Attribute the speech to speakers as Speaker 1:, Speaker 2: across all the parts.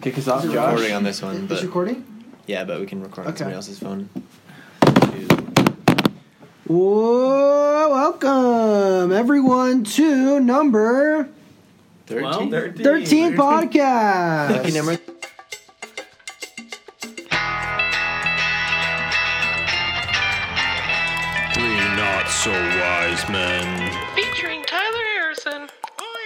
Speaker 1: Kick us off,
Speaker 2: Is it
Speaker 1: Josh.
Speaker 2: recording
Speaker 3: on this one,
Speaker 2: Is
Speaker 3: but-
Speaker 2: recording?
Speaker 3: Yeah, but we can record on
Speaker 2: Okay.
Speaker 3: somebody else's phone.
Speaker 2: Whoa, welcome everyone to number
Speaker 3: 13?
Speaker 4: 13.
Speaker 2: 13 podcast.
Speaker 3: Lucky number.
Speaker 5: Three not so wise men.
Speaker 6: featuring Tyler Harrison. Oh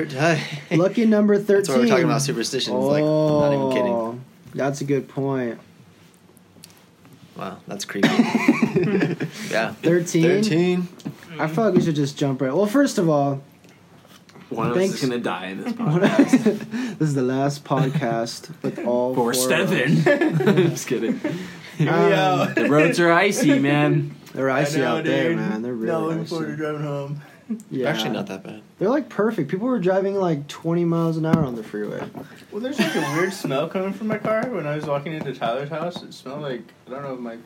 Speaker 6: yeah.
Speaker 3: Hi.
Speaker 2: Lucky number 13.
Speaker 3: That's why we're talking about superstitions. Like, I'm not even kidding.
Speaker 2: Oh, That's a good point.
Speaker 3: Wow, that's creepy. yeah.
Speaker 2: 13?
Speaker 3: 13.
Speaker 2: I feel like we should just jump right. Well, first of all,
Speaker 4: One of us
Speaker 2: Thanks.
Speaker 4: is gonna die in this
Speaker 2: this
Speaker 4: podcast.
Speaker 2: is the last podcast with all four
Speaker 4: For
Speaker 2: of us.
Speaker 4: Stefan. Just kidding.
Speaker 2: Um,
Speaker 4: The roads are icy, man.
Speaker 2: they're icy out there, man. They're really
Speaker 7: No, I'm
Speaker 2: icy.
Speaker 7: forward to driving home.
Speaker 2: Yeah.
Speaker 3: Actually, not that bad.
Speaker 2: They're like perfect. People were driving like 20 miles an hour on the freeway.
Speaker 7: Well, there's like a weird smell coming from my car when I was walking into Tyler's house. It smelled like I don't know, my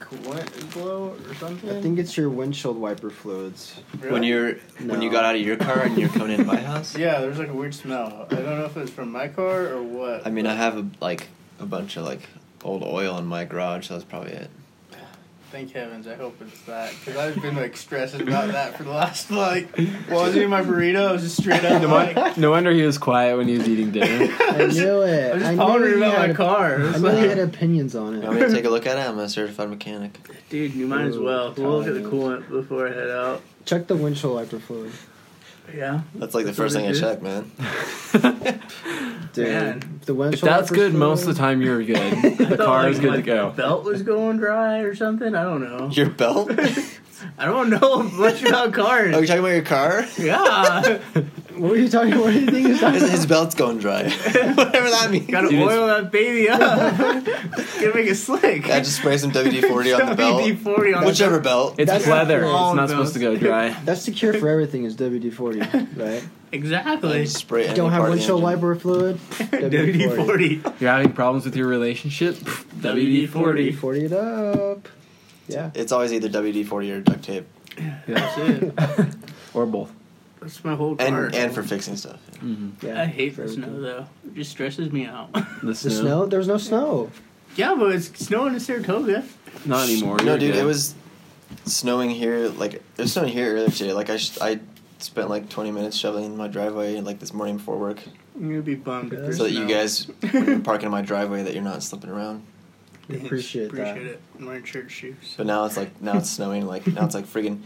Speaker 7: coolant glow or something.
Speaker 2: I think it's your windshield wiper fluids.
Speaker 7: Really?
Speaker 3: When you're when
Speaker 2: No.
Speaker 3: you got out of your car and you're coming in my house.
Speaker 7: yeah, there's like a weird smell. I don't know if it's from my car or what.
Speaker 3: I mean, I have a, like a bunch of like old oil in my garage. So that's probably it.
Speaker 7: Thank heavens, I hope it's that because I've been like stressing about that for the last like. While I was eating my burrito, I was just straight up like. I
Speaker 4: No wonder he was quiet when he was eating dinner.
Speaker 2: I
Speaker 7: was
Speaker 2: knew it.
Speaker 7: just
Speaker 2: I knew
Speaker 7: pondering
Speaker 2: you
Speaker 7: about
Speaker 2: had
Speaker 7: my
Speaker 2: a-
Speaker 7: car. It
Speaker 2: I
Speaker 7: was
Speaker 2: knew you
Speaker 7: like-
Speaker 2: had opinions on
Speaker 3: You want me
Speaker 2: it.
Speaker 3: to take a look at it? I'm a certified mechanic.
Speaker 6: Dude, you might as
Speaker 2: Ooh,
Speaker 6: well. We'll look at the
Speaker 2: Tyler.
Speaker 6: coolant before I head out.
Speaker 2: Check the windshield wiper fluid.
Speaker 6: Yeah.
Speaker 3: That's like the
Speaker 6: That's
Speaker 3: first
Speaker 6: what
Speaker 3: thing I
Speaker 6: it is.
Speaker 3: check, man.
Speaker 2: Dude,
Speaker 6: Man.
Speaker 2: the
Speaker 4: If
Speaker 2: windshield
Speaker 4: that's
Speaker 2: wiper
Speaker 4: good, most of the
Speaker 2: fluid-
Speaker 4: time you're good. The car is good to go.
Speaker 6: Belt was going dry or something. I don't know.
Speaker 3: Your belt?
Speaker 6: I don't know much about cars.
Speaker 3: Oh, you talking about your car?
Speaker 6: Yeah.
Speaker 2: What were you talking What do you think you're talking
Speaker 3: His, his belt's going dry. Whatever that means.
Speaker 6: Gotta
Speaker 4: Dude, it's-
Speaker 6: oil that baby up. Gotta make it slick.
Speaker 3: I just spray some WD forty on the belt.
Speaker 6: WD-40 on
Speaker 3: Whichever belt.
Speaker 4: It's
Speaker 2: That's
Speaker 4: leather. It's
Speaker 6: all
Speaker 4: not
Speaker 6: of
Speaker 4: supposed to go dry.
Speaker 2: That's the cure for everything is WD 40, right?
Speaker 6: the- Exactly.
Speaker 3: Spray any
Speaker 2: Don't have
Speaker 3: part of the
Speaker 2: windshield
Speaker 3: engine.
Speaker 2: wiper fluid?
Speaker 6: WD-40.
Speaker 4: You're having problems with your relationship?
Speaker 2: WD
Speaker 4: WD-40.
Speaker 2: 40 it up. Yeah.
Speaker 3: It's always either WD forty or duct tape,
Speaker 4: Yeah.
Speaker 6: That's it.
Speaker 4: Or both.
Speaker 6: That's my whole
Speaker 3: and
Speaker 6: car.
Speaker 3: and for fixing stuff.
Speaker 2: yeah
Speaker 6: I hate
Speaker 2: for
Speaker 6: the
Speaker 2: everything.
Speaker 6: snow though. It just stresses me out.
Speaker 4: Mm-hmm. The
Speaker 2: The
Speaker 4: snow.
Speaker 2: snow? There was no snow.
Speaker 6: yeah, but it's snowing in Saratoga.
Speaker 4: Not anymore.
Speaker 3: no,
Speaker 4: You're
Speaker 3: dude,
Speaker 4: good.
Speaker 3: it was snowing here. Like it was snowing here earlier today. Like I sh- I spent like twenty minutes shoveling my driveway like this morning before work,
Speaker 6: I'm gonna be bummed. if there's
Speaker 3: so that you
Speaker 6: snow.
Speaker 3: guys when you're parking in my driveway that you're not slipping around.
Speaker 2: We appreciate,
Speaker 6: Appreciate
Speaker 2: that.
Speaker 6: it. I'm wearing church shoes.
Speaker 3: But now it's like now it's snowing. Like now it's like friggin'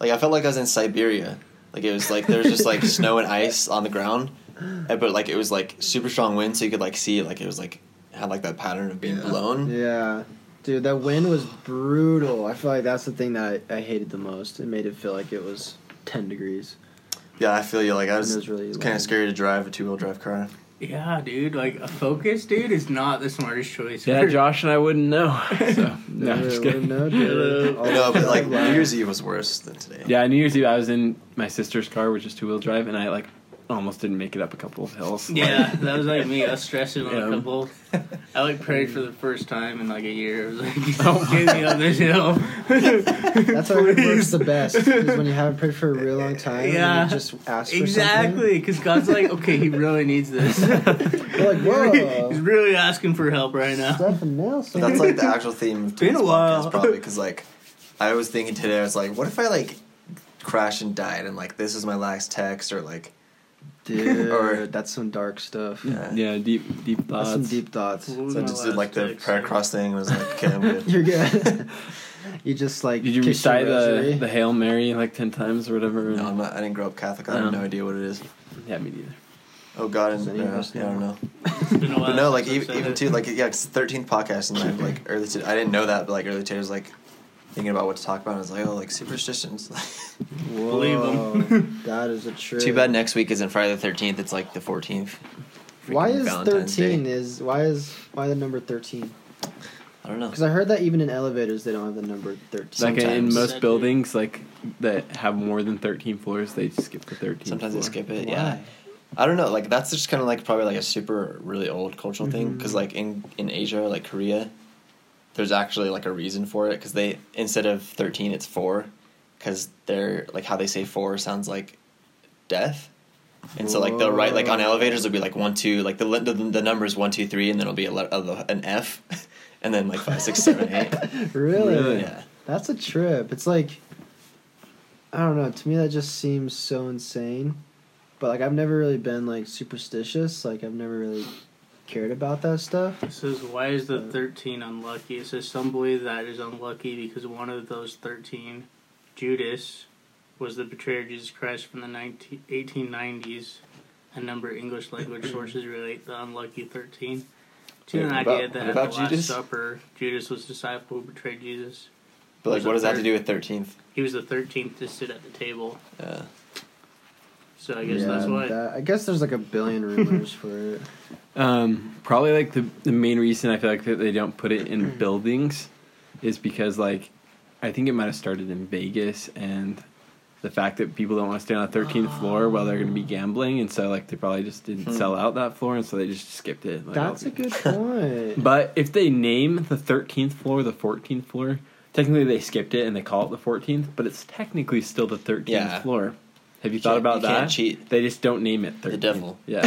Speaker 3: like I felt like I was in Siberia. Like it was like there was just like snow and ice on the ground, and, but like it was like super strong wind, so you could like see like it was like had like that pattern of being blown.
Speaker 2: Yeah. Dude, that wind was brutal. I feel like that's the thing that I, I hated the most. It made it feel like it was 10 degrees.
Speaker 3: Yeah, I feel you. Like I
Speaker 2: It
Speaker 3: was,
Speaker 2: was really
Speaker 3: it's kind
Speaker 2: loud.
Speaker 3: of scary to drive a two wheel drive car.
Speaker 6: Yeah, dude. Like a focus, dude, is not the smartest choice.
Speaker 4: Yeah,
Speaker 6: for-
Speaker 4: Josh and I wouldn't know. So, no, I'm
Speaker 2: Never
Speaker 4: just
Speaker 2: would've
Speaker 4: kidding.
Speaker 2: known, dude.
Speaker 3: I know, but like
Speaker 2: Yeah.
Speaker 3: New Year's Eve was worse than today.
Speaker 4: Yeah, New Year's Eve, I was in my sister's car, which is two wheel drive, and I like almost didn't make it up a couple of hills.
Speaker 6: Yeah, that was like me. I was stressing on
Speaker 4: Yeah.
Speaker 6: a couple. I like prayed for the first time in like a year. I was like,
Speaker 4: Oh
Speaker 6: give me up this hill.
Speaker 2: That's how it works the best. Is when you haven't prayed for a real long time,
Speaker 6: Yeah.
Speaker 2: and you just ask for
Speaker 6: exactly, because God's like, okay, he really needs this.
Speaker 2: something. You're like,
Speaker 6: He's
Speaker 2: whoa,
Speaker 6: really asking for help right now.
Speaker 2: Stefan Nelson.
Speaker 3: But that's like the actual theme of
Speaker 6: Been a
Speaker 3: today's podcast,
Speaker 6: while.
Speaker 3: probably because like I was thinking today, I was like, what if I like crashed and died, and like this is my last text, or like
Speaker 2: dude.
Speaker 3: Or-
Speaker 2: that's some dark stuff.
Speaker 3: yeah.
Speaker 4: Yeah, deep, deep
Speaker 2: That's
Speaker 4: thoughts.
Speaker 2: some deep thoughts.
Speaker 6: What was
Speaker 3: So I
Speaker 6: my
Speaker 3: just did
Speaker 6: last
Speaker 3: like the
Speaker 6: text?
Speaker 3: prayer cross thing and was like, okay, I'm good.
Speaker 2: You're good. you just like
Speaker 4: Did you
Speaker 2: kiss your
Speaker 4: recite the,
Speaker 2: rosary.
Speaker 4: the Hail Mary like 10 times or whatever?
Speaker 3: No, I'm not, I didn't grow up Catholic. I have
Speaker 6: Um,
Speaker 4: No.
Speaker 3: no idea what it is.
Speaker 4: Yeah, me neither.
Speaker 3: Oh God, and
Speaker 2: Does any
Speaker 3: yeah,
Speaker 2: of us
Speaker 3: yeah, I don't know.
Speaker 6: It's been a while
Speaker 3: But no, like
Speaker 6: since I've
Speaker 3: even,
Speaker 6: said
Speaker 3: even
Speaker 6: it.
Speaker 3: too, like yeah, it's thirteenth podcast, and I've like early today. I didn't know that, but like early today I was like thinking about what to talk about. And I was like, oh, like superstitions.
Speaker 6: Believe
Speaker 2: Whoa, that is a trip.
Speaker 3: Too bad next week isn't Friday the thirteenth. It's like the fourteenth.
Speaker 2: Why is
Speaker 3: Valentine's
Speaker 2: thirteen?
Speaker 3: Day.
Speaker 2: Is why is why the number thirteen?
Speaker 3: I don't know.
Speaker 2: Because I heard that even in elevators they don't have the number thirteen.
Speaker 4: Like in
Speaker 3: Sometimes.
Speaker 4: most buildings, like that have more than 13 floors, they skip the 13.
Speaker 3: Sometimes they
Speaker 4: floor.
Speaker 3: skip it.
Speaker 2: Why?
Speaker 3: Yeah, I don't know. Like that's just kind of like probably like a super really old cultural
Speaker 2: Mm-hmm.
Speaker 3: thing. 'Cause thing. Because like in in Asia, like Korea, there's actually like a reason for it. Because they instead of thirteen, it's four. Because they're like how they say four sounds like death. And so like they'll write like on elevators it'll be like one two like the the, the number is one two three and then it'll be a, le- a- an F, and then like five six seven eight.
Speaker 2: Really?
Speaker 4: Really?
Speaker 3: Yeah.
Speaker 2: That's a trip. It's like I don't know, to me that just seems so insane. But like I've never really been like superstitious, like I've never really cared about that stuff.
Speaker 6: It says, why is the 13 unlucky? It says, some believe that is unlucky because one of those 13, Judas, was the betrayer of Jesus Christ from the 19, 1890s. A number of English language sources relate the unlucky 13 to
Speaker 3: Wait,
Speaker 6: an
Speaker 3: what
Speaker 6: idea
Speaker 3: about-
Speaker 6: that
Speaker 3: what
Speaker 6: at the
Speaker 3: about
Speaker 6: Last
Speaker 3: Judas?
Speaker 6: Supper, Judas was the disciple who betrayed Jesus.
Speaker 3: But like
Speaker 6: There's
Speaker 3: what
Speaker 6: a
Speaker 3: does that have
Speaker 6: third.
Speaker 3: to do with thirteenth?
Speaker 6: He was the 13th to sit at the table.
Speaker 3: Uh,
Speaker 6: So I guess that's
Speaker 2: Yeah,
Speaker 6: why.
Speaker 2: that- I guess there's like a billion rumors for it.
Speaker 4: Um, probably like the the main reason I feel like that they don't put it
Speaker 2: Mm-hmm.
Speaker 4: in buildings is because like I think it might have started in Vegas and the fact that people don't want to stay on the 13th floor while they're going to
Speaker 2: Oh.
Speaker 4: be gambling and so like they probably just didn't sell out that floor and so they just skipped it. Like,
Speaker 2: Hmm. That's a good point.
Speaker 4: But if they name the 13th floor the 14th floor, technically they skipped it and they call it the 14th, but it's technically still the 13th
Speaker 3: Yeah.
Speaker 4: floor. Have you
Speaker 3: You
Speaker 4: thought
Speaker 3: can't-
Speaker 4: about
Speaker 3: you
Speaker 4: that?
Speaker 3: can't cheat.
Speaker 4: They just don't name it 13th.
Speaker 3: devil.
Speaker 4: Yeah.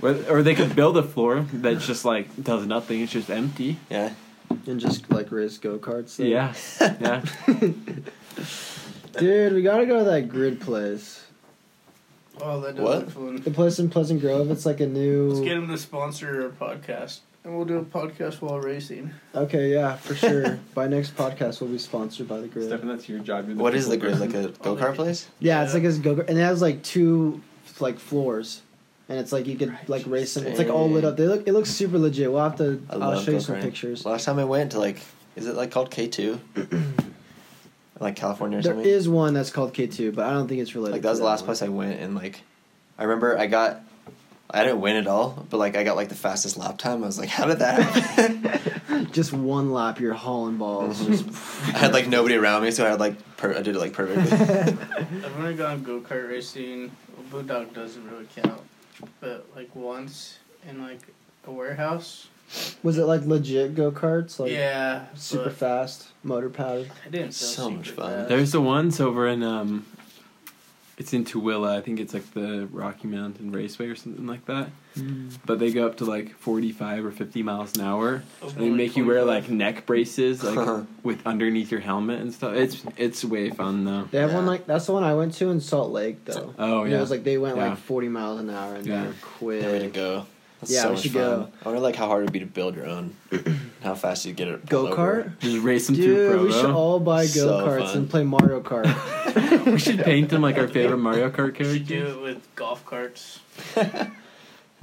Speaker 4: or, or they could build a floor that just like does nothing. It's just empty.
Speaker 3: yeah.
Speaker 2: and just like race go karts. there.
Speaker 4: Yeah. Yeah.
Speaker 2: Dude, we gotta go to that grid place.
Speaker 7: Oh, that does
Speaker 3: What?
Speaker 7: look fun.
Speaker 2: The place in Pleasant Grove, it's like a new
Speaker 7: Let's get him to sponsor our podcast, and we'll do a podcast while racing.
Speaker 2: Okay, yeah, for sure. By next podcast we'll be sponsored by the grid.
Speaker 4: that's your job.
Speaker 3: What is the grid like a go kart place?
Speaker 2: Yeah, it's
Speaker 7: Yeah.
Speaker 2: like this go and it has like two like floors, and it's like you could like race them. It's like all lit up. They look it looks super legit. We'll have to.
Speaker 3: I
Speaker 2: I'll
Speaker 3: love
Speaker 2: show you some
Speaker 3: go-karting.
Speaker 2: pictures.
Speaker 3: Last time I went to like, is it like called K two? like California or
Speaker 2: There
Speaker 3: something.
Speaker 2: is one that's called K two, but I don't think it's related.
Speaker 3: like that was
Speaker 2: to
Speaker 3: the last
Speaker 2: one.
Speaker 3: place I went, and like, I remember I got, I didn't win at all, but like I got like the fastest lap time. I was like, how did that happen?
Speaker 2: Just one lap, you're hauling balls. Just,
Speaker 3: I had like nobody around me, so I had like per- I did it like perfectly. Mm-hmm.
Speaker 7: I've only gone go kart racing. Well, Bulldog doesn't really count, but like once in like a warehouse.
Speaker 2: was it like legit go karts? Like
Speaker 7: yeah,
Speaker 2: super
Speaker 7: but
Speaker 2: fast, motor powered.
Speaker 7: I didn't feel
Speaker 3: So much
Speaker 7: super
Speaker 3: fun.
Speaker 7: fast.
Speaker 4: There's the ones over in um, it's in Tooele. I think it's like the Rocky Mountain Raceway or something like that.
Speaker 2: Mm.
Speaker 4: But they go up to like 45 or 50 miles an hour,
Speaker 7: Oh,
Speaker 4: and they make you wear like neck braces,
Speaker 3: Uh-huh.
Speaker 4: like with underneath your helmet and stuff. It's it's way fun though.
Speaker 2: They have one
Speaker 3: Yeah.
Speaker 2: like that's the one I went to in Salt Lake though.
Speaker 4: Oh
Speaker 2: And It
Speaker 4: yeah.
Speaker 2: was like they went
Speaker 4: Yeah.
Speaker 2: like 40 miles an hour and
Speaker 4: Yeah.
Speaker 2: they were quick.
Speaker 3: Way to go! That's
Speaker 2: Yeah,
Speaker 3: so
Speaker 2: we
Speaker 3: much
Speaker 2: should
Speaker 3: fun.
Speaker 2: go.
Speaker 3: I wonder like how hard it'd be to build your own, how fast you get it.
Speaker 2: Go kart.
Speaker 4: just race them through
Speaker 2: Dude,
Speaker 4: Provo.
Speaker 2: we should all buy
Speaker 3: So
Speaker 2: go karts
Speaker 3: fun.
Speaker 2: and play Mario Kart.
Speaker 4: we should paint them like our favorite Mario Kart
Speaker 7: We should do
Speaker 4: characters.
Speaker 7: it with golf carts.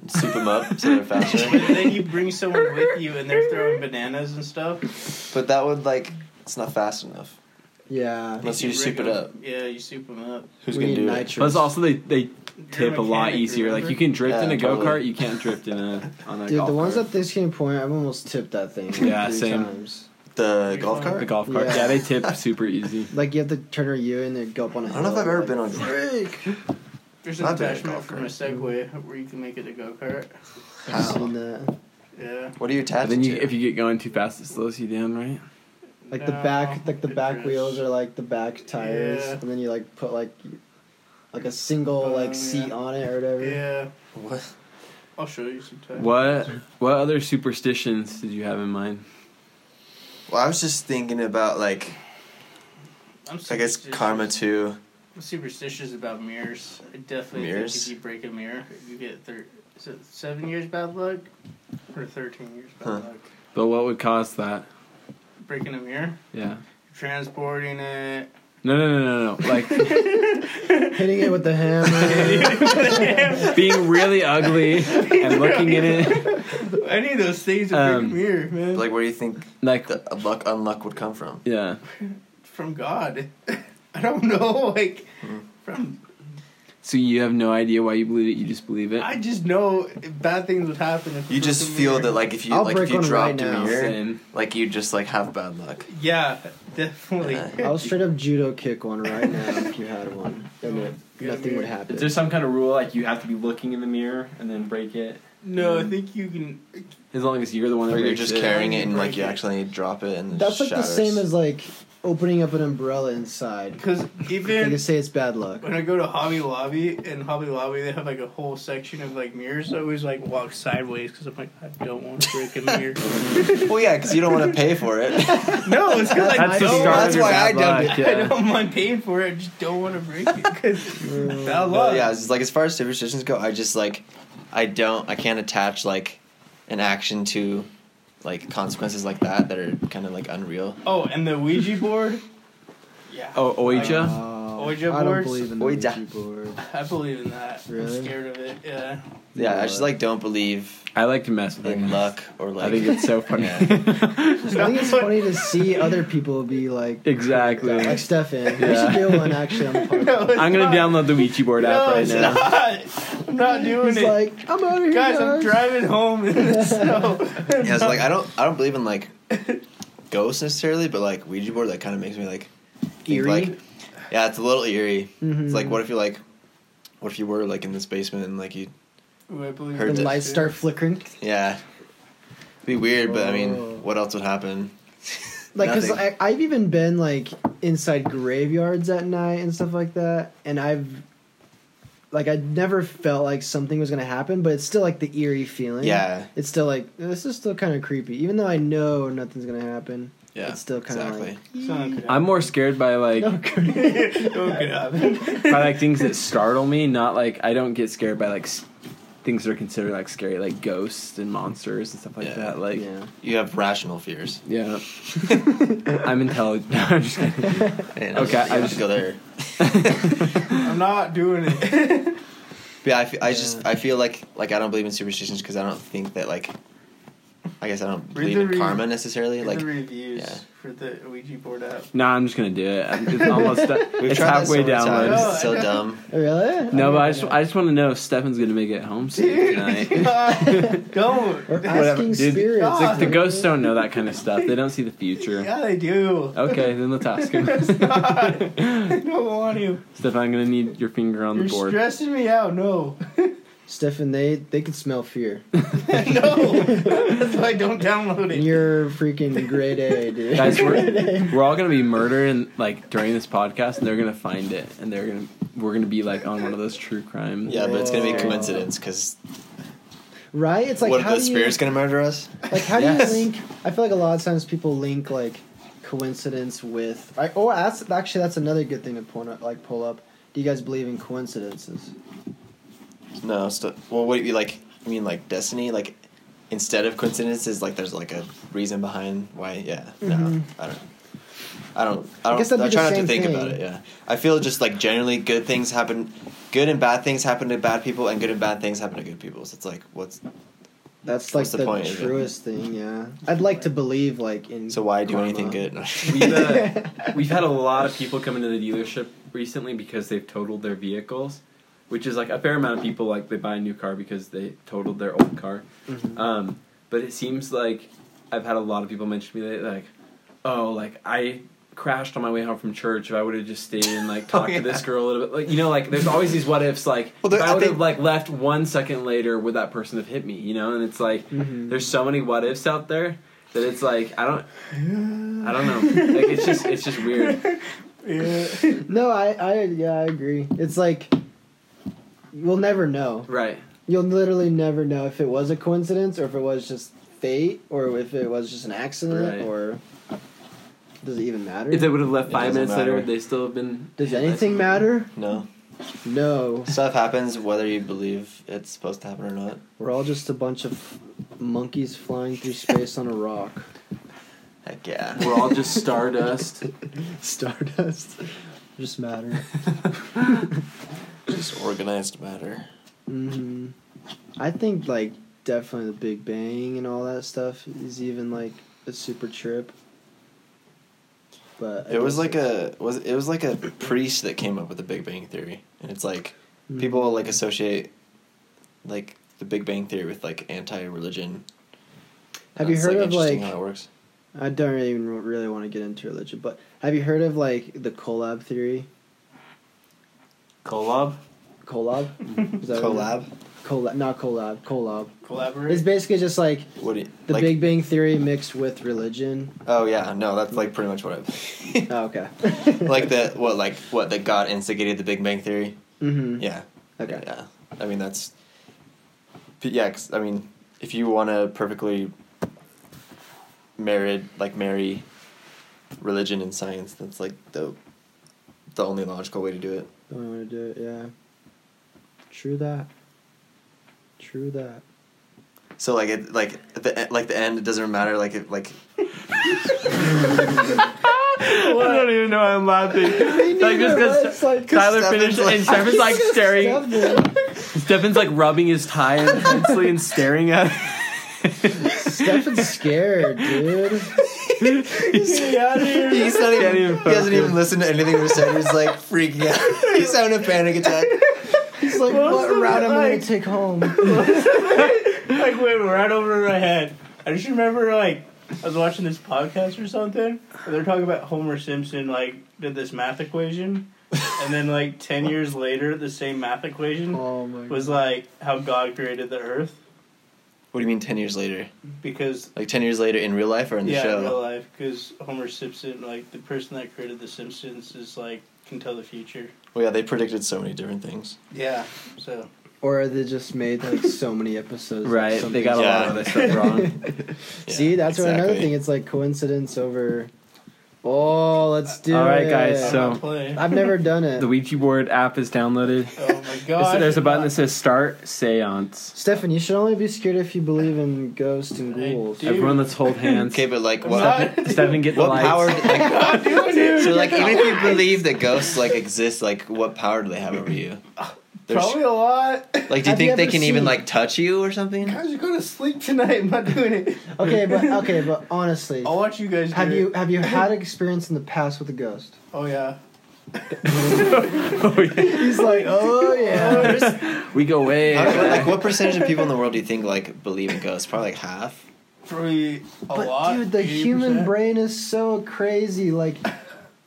Speaker 3: Soup them up so they're
Speaker 7: But
Speaker 3: faster.
Speaker 7: then you bring someone with you, and they're throwing bananas and stuff.
Speaker 3: but that would like, it's not fast enough.
Speaker 2: Yeah.
Speaker 3: Unless you
Speaker 7: You
Speaker 3: soup
Speaker 7: rig
Speaker 3: it
Speaker 7: 'em-
Speaker 3: up.
Speaker 7: Yeah, you soup them up.
Speaker 3: Who's
Speaker 2: We
Speaker 3: gonna
Speaker 2: need
Speaker 3: do it?
Speaker 2: nitrous.
Speaker 4: But it's also they they
Speaker 7: You're
Speaker 4: tip a lot
Speaker 7: mechanic,
Speaker 4: easier. Like
Speaker 7: remember?
Speaker 4: you can drift in
Speaker 3: Yeah,
Speaker 4: a go
Speaker 3: totally.
Speaker 4: kart, you can't drift in a on a
Speaker 2: Dude,
Speaker 4: golf
Speaker 2: the ones
Speaker 4: cart.
Speaker 2: at this game point, I've almost tipped that thing. like,
Speaker 4: Yeah,
Speaker 2: three
Speaker 4: same.
Speaker 2: Times.
Speaker 3: The golf
Speaker 7: The
Speaker 3: cart.
Speaker 4: the golf cart.
Speaker 2: Yeah.
Speaker 4: Yeah. they tip super easy.
Speaker 2: Like you have to turn her U and then go up on a
Speaker 3: I don't know if I've ever been on.
Speaker 2: Freak.
Speaker 7: There's an
Speaker 3: I've been a
Speaker 7: attachment
Speaker 3: golf
Speaker 7: from a
Speaker 3: cart.
Speaker 7: Segway where you can make it a go kart.
Speaker 2: I've
Speaker 3: How?
Speaker 2: seen that.
Speaker 7: Yeah.
Speaker 3: What are you attached
Speaker 4: And then you,
Speaker 3: to?
Speaker 4: if you get going too fast, it slows you down, right?
Speaker 2: Like the
Speaker 7: No,
Speaker 2: back, like the
Speaker 7: it
Speaker 2: back
Speaker 7: drifts.
Speaker 2: wheels are like the back tires,
Speaker 7: Yeah.
Speaker 2: and then you like put like, like a single
Speaker 7: Um,
Speaker 2: like seat
Speaker 7: yeah.
Speaker 2: on it or whatever.
Speaker 7: Yeah,
Speaker 3: What?
Speaker 7: I'll show you sometime.
Speaker 4: What what other superstitions did you have in mind?
Speaker 3: Well, I was just thinking about like I
Speaker 7: I'm
Speaker 3: guess
Speaker 7: superstitious.
Speaker 3: karma too.
Speaker 7: I'm superstitious about mirrors. I definitely think
Speaker 3: Mirrors?
Speaker 7: if you break a mirror, you get thir- is it seven years bad luck or thirteen years bad
Speaker 3: Huh.
Speaker 7: luck.
Speaker 4: But what would cause that?
Speaker 7: Breaking a mirror,
Speaker 4: Yeah.
Speaker 7: transporting it.
Speaker 4: No, no, no, no, no. Like
Speaker 2: Hitting it with the hammer.
Speaker 4: being really ugly and looking in it.
Speaker 7: Any of those things that
Speaker 4: Um,
Speaker 7: break a mirror, man.
Speaker 3: Like, where do you think
Speaker 4: Like,
Speaker 3: the luck unluck would come from?
Speaker 4: yeah.
Speaker 7: from God. I don't know. Like
Speaker 3: Hmm.
Speaker 7: from
Speaker 4: So you have no idea why you believe it. You just believe it.
Speaker 7: I just know bad things would happen. If
Speaker 3: You
Speaker 7: broke
Speaker 3: just
Speaker 7: a
Speaker 3: feel
Speaker 7: mirror.
Speaker 3: that like if you
Speaker 2: I'll
Speaker 3: like if
Speaker 2: break
Speaker 3: you
Speaker 2: one right
Speaker 3: dropped a
Speaker 2: now.
Speaker 3: mirror,
Speaker 4: Sin.
Speaker 3: like you just like have bad luck.
Speaker 7: Yeah, definitely.
Speaker 3: Yeah.
Speaker 2: I'll straight up judo kick one right now if you had one, and it,
Speaker 7: Get a
Speaker 2: nothing would
Speaker 7: mirror.
Speaker 2: happen.
Speaker 4: some kind of rule like you have to be looking in the mirror and then break it?
Speaker 7: No, I think you can.
Speaker 4: As long as you're the one that
Speaker 3: Or you're
Speaker 4: breaks
Speaker 3: just
Speaker 4: it.
Speaker 3: carrying it and like you
Speaker 7: Break it.
Speaker 3: accidentally drop it and it
Speaker 2: That's like
Speaker 3: shatters.
Speaker 2: the same as like opening up an umbrella inside.
Speaker 7: Because
Speaker 2: They can
Speaker 7: even
Speaker 2: say it's bad luck.
Speaker 7: when I go to Hobby Lobby, in Hobby Lobby, they have like a whole section of like mirrors. I always like walk sideways because I'm like, I don't want to break a mirror.
Speaker 3: Well, yeah, because you don't want to pay for it.
Speaker 7: no, it's because I
Speaker 4: That's the
Speaker 7: don't.
Speaker 4: start
Speaker 3: that's
Speaker 4: of your
Speaker 3: why I
Speaker 4: bad
Speaker 3: dumped
Speaker 4: luck,
Speaker 7: I
Speaker 4: yeah.
Speaker 7: don't mind paying for it. I just don't want to break it because
Speaker 2: Uh,
Speaker 4: Mm.
Speaker 7: bad luck.
Speaker 3: Well, yeah, it's like as far as superstitions go, I just like I don't I can't attach like an action to like consequences like that that are kind of like unreal.
Speaker 7: Oh, and the Ouija board. Yeah.
Speaker 4: Oh, Oija?
Speaker 2: wow.
Speaker 7: Ouija
Speaker 2: Uh, I don't
Speaker 7: boards?
Speaker 2: believe in the
Speaker 3: Ouija.
Speaker 2: Ouija board.
Speaker 7: I believe in that.
Speaker 2: Really?
Speaker 7: I'm scared of it. Yeah.
Speaker 3: Yeah, I just like don't believe
Speaker 4: I like to mess with
Speaker 3: in
Speaker 4: it.
Speaker 3: luck or like
Speaker 4: I think it's so funny.
Speaker 2: I think it's funny to see other people be like,
Speaker 4: exactly.
Speaker 2: like Stefan. We
Speaker 4: Yeah.
Speaker 2: should do one actually on the podcast.
Speaker 7: No, it's
Speaker 4: I'm gonna
Speaker 7: not.
Speaker 4: download the Ouija board
Speaker 7: No,
Speaker 4: app right
Speaker 7: it's
Speaker 4: now.
Speaker 7: not. I'm not doing
Speaker 2: He's
Speaker 7: it.
Speaker 2: like, I'm out of here,
Speaker 7: guys,
Speaker 2: guys.
Speaker 7: I'm driving home in the snow.
Speaker 3: yeah, it's like I don't I don't believe in like ghosts necessarily, but like Ouija board that kind of makes me like think,
Speaker 2: Eerie?
Speaker 3: Like, yeah, it's a little eerie.
Speaker 2: Mhm.
Speaker 3: It's like what if you like what if you were like in this basement and like you
Speaker 7: Ooh, I believe
Speaker 3: Heard
Speaker 2: The
Speaker 7: that
Speaker 2: lights
Speaker 7: too.
Speaker 2: start flickering.
Speaker 3: yeah. It'd be weird, but I mean,
Speaker 2: Whoa.
Speaker 3: what else would happen?
Speaker 2: Like, cause
Speaker 3: Nothing.
Speaker 2: I, I've even been like inside graveyards at night and stuff like that, and I've like I never felt like something was gonna happen, but it's still like the eerie feeling.
Speaker 3: Yeah.
Speaker 2: it's still like this is still kind of creepy, even though I know nothing's gonna happen.
Speaker 3: Yeah,
Speaker 2: it's still kind of
Speaker 3: exactly.
Speaker 7: Something could
Speaker 4: I'm more scared by like
Speaker 2: like. No,
Speaker 7: happen. Something could happen.
Speaker 4: by like things that startle me. Not like I don't get scared by like s- things that are considered like scary, like ghosts and monsters and stuff like
Speaker 3: Yeah.
Speaker 4: that. Like yeah,
Speaker 2: yeah.
Speaker 3: You have rational fears.
Speaker 4: I'm intelligent. No, I'm just kidding.
Speaker 3: Man,
Speaker 4: Okay,
Speaker 3: I
Speaker 4: I
Speaker 3: just
Speaker 4: just-
Speaker 3: go there.
Speaker 7: I'm not doing it.
Speaker 3: But yeah, I, fe- I just I feel like like I don't believe in superstitions because I don't think that like I guess I don't believe
Speaker 7: the
Speaker 3: in
Speaker 7: re-
Speaker 3: karma necessarily.
Speaker 7: Read
Speaker 3: Like
Speaker 7: the reviews
Speaker 3: yeah.
Speaker 7: for the Ouija board app.
Speaker 4: No, I'm just gonna do it. I'm- It's almost. done.
Speaker 3: we've
Speaker 4: it's
Speaker 3: tried that
Speaker 4: halfway
Speaker 3: so many
Speaker 4: down.
Speaker 3: times,
Speaker 4: Liz.
Speaker 7: No,
Speaker 3: It's
Speaker 7: I
Speaker 3: so
Speaker 7: know.
Speaker 3: dumb.
Speaker 2: Oh, Really?
Speaker 4: No, but I
Speaker 2: mean,
Speaker 4: just I just want to know if Stefan's gonna make it home safe
Speaker 7: Dude,
Speaker 4: tonight.
Speaker 7: don't.
Speaker 2: We're
Speaker 7: That's-
Speaker 2: asking
Speaker 4: Dude,
Speaker 2: spirits.
Speaker 7: God.
Speaker 4: The ghosts don't know that kind of stuff. They don't see the future.
Speaker 7: Yeah, they do.
Speaker 4: Okay, then let's ask him.
Speaker 7: It's not. I don't want to.
Speaker 4: Stefan, I'm gonna need your finger on
Speaker 7: You're
Speaker 4: the board.
Speaker 7: stressing me out. No.
Speaker 2: Stefan, they they can smell fear.
Speaker 7: no. That's why I don't download it.
Speaker 2: You're freaking grade A, dude.
Speaker 4: Guys,
Speaker 2: Grade A.
Speaker 4: we're, we're all gonna be murdered and like during this podcast, and they're gonna find it, and they're gonna we're gonna be like on one of those true crime.
Speaker 3: Yeah, but it's gonna be a
Speaker 2: Whoa.
Speaker 3: coincidence because
Speaker 2: right? It's like
Speaker 3: what if
Speaker 2: how
Speaker 3: the
Speaker 2: do you,
Speaker 3: spirit's gonna murder us?
Speaker 2: like how
Speaker 3: Yes.
Speaker 2: do you link? I feel like a lot of times people link like coincidence with. I, oh, that's actually that's another good thing to point up, like pull up. Do you guys believe in coincidences?
Speaker 3: No. St- well, what do you like? I mean, like destiny. Like instead of coincidences, like there's like a reason behind why. Yeah. No,
Speaker 2: Mhm.
Speaker 3: I don't. I don't. I don't. I,
Speaker 2: guess that'd be
Speaker 3: try not
Speaker 2: the
Speaker 3: to
Speaker 2: same
Speaker 3: think
Speaker 2: thing.
Speaker 3: about it. Yeah. I feel just like generally good things happen. Good and bad things happen to bad people, and good and bad things happen to good people. So it's like, what's
Speaker 2: That's like
Speaker 3: What's
Speaker 2: the,
Speaker 3: the point, is it?
Speaker 2: truest thing. Yeah, I'd like to believe like in.
Speaker 3: so why do
Speaker 2: karma.
Speaker 3: anything good? No.
Speaker 4: We've, uh, we've had a lot of people come into the dealership recently because they've totaled their vehicles, which is like a fair amount of people. Like they buy a new car because they totaled their old car.
Speaker 3: Mm-hmm.
Speaker 2: Mhm.
Speaker 4: Um, but it seems like I've had a lot of people mention to me that like, oh, like I crashed on my way home from church. If I would have just stayed and like talked
Speaker 3: Oh, yeah.
Speaker 4: to this girl a little bit, like you know, like there's always these what ifs. Like
Speaker 3: Well, there-
Speaker 4: if
Speaker 3: I
Speaker 4: I would have
Speaker 3: think-
Speaker 4: like left one second later, would that person have hit me? You know, and it's like
Speaker 3: Mm-hmm.
Speaker 2: Mhm.
Speaker 4: there's so many what ifs out there that it's like I don't, I don't know. Like it's just it's just weird.
Speaker 7: Yeah.
Speaker 2: No, I, I, yeah, I agree. It's like we'll never know.
Speaker 4: Right.
Speaker 2: You'll literally never know if it was a coincidence or if it was just fate or if it was just an accident
Speaker 4: Right.
Speaker 2: or does it even matter?
Speaker 4: If they would have left
Speaker 3: It
Speaker 4: five
Speaker 3: doesn't
Speaker 4: minutes later,
Speaker 3: matter.
Speaker 4: would they still have been?
Speaker 2: does
Speaker 4: Yeah,
Speaker 2: anything
Speaker 4: that's-
Speaker 2: matter?
Speaker 3: no.
Speaker 2: No.
Speaker 3: Stuff happens whether you believe it's supposed to happen or not.
Speaker 2: We're all just a bunch of monkeys flying through space on a rock.
Speaker 3: Heck yeah.
Speaker 4: We're all just stardust.
Speaker 2: Stardust. Just matter.
Speaker 3: just organized matter.
Speaker 2: hmm I think like definitely the Big Bang and all that stuff is even like a super trip. But I
Speaker 3: It was
Speaker 2: guess
Speaker 3: like
Speaker 2: it's-
Speaker 3: a was it was like a priest that came up with the Big Bang theory, and it's like
Speaker 2: Mhm.
Speaker 3: people like associate like the Big Bang theory with like anti-religion.
Speaker 2: Have you
Speaker 3: It's,
Speaker 2: heard of
Speaker 3: interesting
Speaker 2: like?
Speaker 3: how it works?
Speaker 2: I don't even really want to get into religion, but have you heard of like the collab theory?
Speaker 4: Collab.
Speaker 2: Collab? Is that what it is?
Speaker 3: Collab.
Speaker 2: collab, not collab, collab.
Speaker 7: Collaborate.
Speaker 2: It's basically just like
Speaker 3: What do you,
Speaker 2: the
Speaker 3: like,
Speaker 2: Big Bang Theory mixed with religion.
Speaker 3: Oh yeah, no, that's like pretty much what I
Speaker 2: Oh, okay.
Speaker 3: like the what like what that God instigated the Big Bang Theory.
Speaker 2: hmm
Speaker 3: Yeah.
Speaker 2: Okay.
Speaker 3: Yeah. I mean that's. But yeah, 'cause, I mean, if you want to perfectly married like marry religion and science, that's like the the only logical way to do it.
Speaker 2: The only way to do it, yeah. True that. True that.
Speaker 3: So like it like at the e- like the end, it doesn't matter like it like
Speaker 4: I don't even know why I'm laughing. like just because
Speaker 2: like,
Speaker 4: Tyler
Speaker 3: Stefan's
Speaker 4: finished
Speaker 3: like-
Speaker 4: and Stefan's like staring. Stefan's like rubbing his tie intensely and staring at.
Speaker 2: Stefan's scared, dude.
Speaker 3: he's not even,
Speaker 4: Can't even
Speaker 3: he doesn't even
Speaker 4: focus.
Speaker 3: listen to anything we're saying. He's like freaking out. he's having a panic attack.
Speaker 2: He's like, what
Speaker 7: of
Speaker 2: route
Speaker 7: it
Speaker 2: am I gonna
Speaker 7: like?
Speaker 2: take home?
Speaker 7: like went right over my head. I just remember like I was watching this podcast or something, and they're talking about Homer Simpson like did this math equation, and then like ten years later, the same math equation
Speaker 2: Oh my
Speaker 7: was like how God created the Earth
Speaker 3: What do you mean ten years later?
Speaker 7: because
Speaker 3: Like ten years later in real life or in the
Speaker 7: yeah,
Speaker 3: show?
Speaker 7: in real life, because Homer Simpson, like the person that created the Simpsons, is like can tell the future.
Speaker 3: Well, yeah, they predicted so many different things.
Speaker 7: Yeah. So
Speaker 2: Or they just made like so many episodes. of
Speaker 4: Right, they
Speaker 2: something.
Speaker 4: got a
Speaker 3: Yeah.
Speaker 4: lot of this stuff wrong.
Speaker 2: See, that's what another
Speaker 3: exactly.
Speaker 2: thing. It's like coincidence over. Oh, let's do it.
Speaker 4: All right, guys,
Speaker 7: I'm
Speaker 4: so-
Speaker 7: not playing.
Speaker 2: I've never done it.
Speaker 4: The Ouija board app is downloaded.
Speaker 7: oh my god!
Speaker 4: There's a button that says "Start Seance."
Speaker 2: Stefan, you should only be scared if you believe in ghosts and
Speaker 7: I
Speaker 2: ghouls.
Speaker 7: do.
Speaker 4: Everyone, let's hold hands.
Speaker 3: Okay, but like
Speaker 7: I'm
Speaker 3: what?
Speaker 7: not-
Speaker 4: Stefan, get the
Speaker 3: what
Speaker 4: lights.
Speaker 3: power? Like,
Speaker 7: I'm not doing it.
Speaker 3: so like, even if you believe that ghosts like exist, like what power do they have over you? There's-
Speaker 7: Probably a lot.
Speaker 3: like, do you
Speaker 2: Have you
Speaker 3: think they
Speaker 2: ever
Speaker 3: can even
Speaker 2: seen-
Speaker 3: like touch you or something?
Speaker 7: Guys, you're going to sleep tonight. I'm not doing it.
Speaker 2: Okay, but okay, but honestly,
Speaker 7: I'll watch you guys.
Speaker 2: have
Speaker 7: do
Speaker 2: you
Speaker 7: It.
Speaker 2: have you had experience in the past with a ghost?
Speaker 7: Oh yeah.
Speaker 4: Oh, yeah.
Speaker 2: He's like, oh yeah.
Speaker 4: We go way.
Speaker 3: How- what- like, what percentage of people in the world do you think like believe in ghosts? Probably like half.
Speaker 7: Probably a
Speaker 2: but
Speaker 7: lot.
Speaker 2: dude, the
Speaker 7: 80%.
Speaker 2: human brain is so crazy. Like,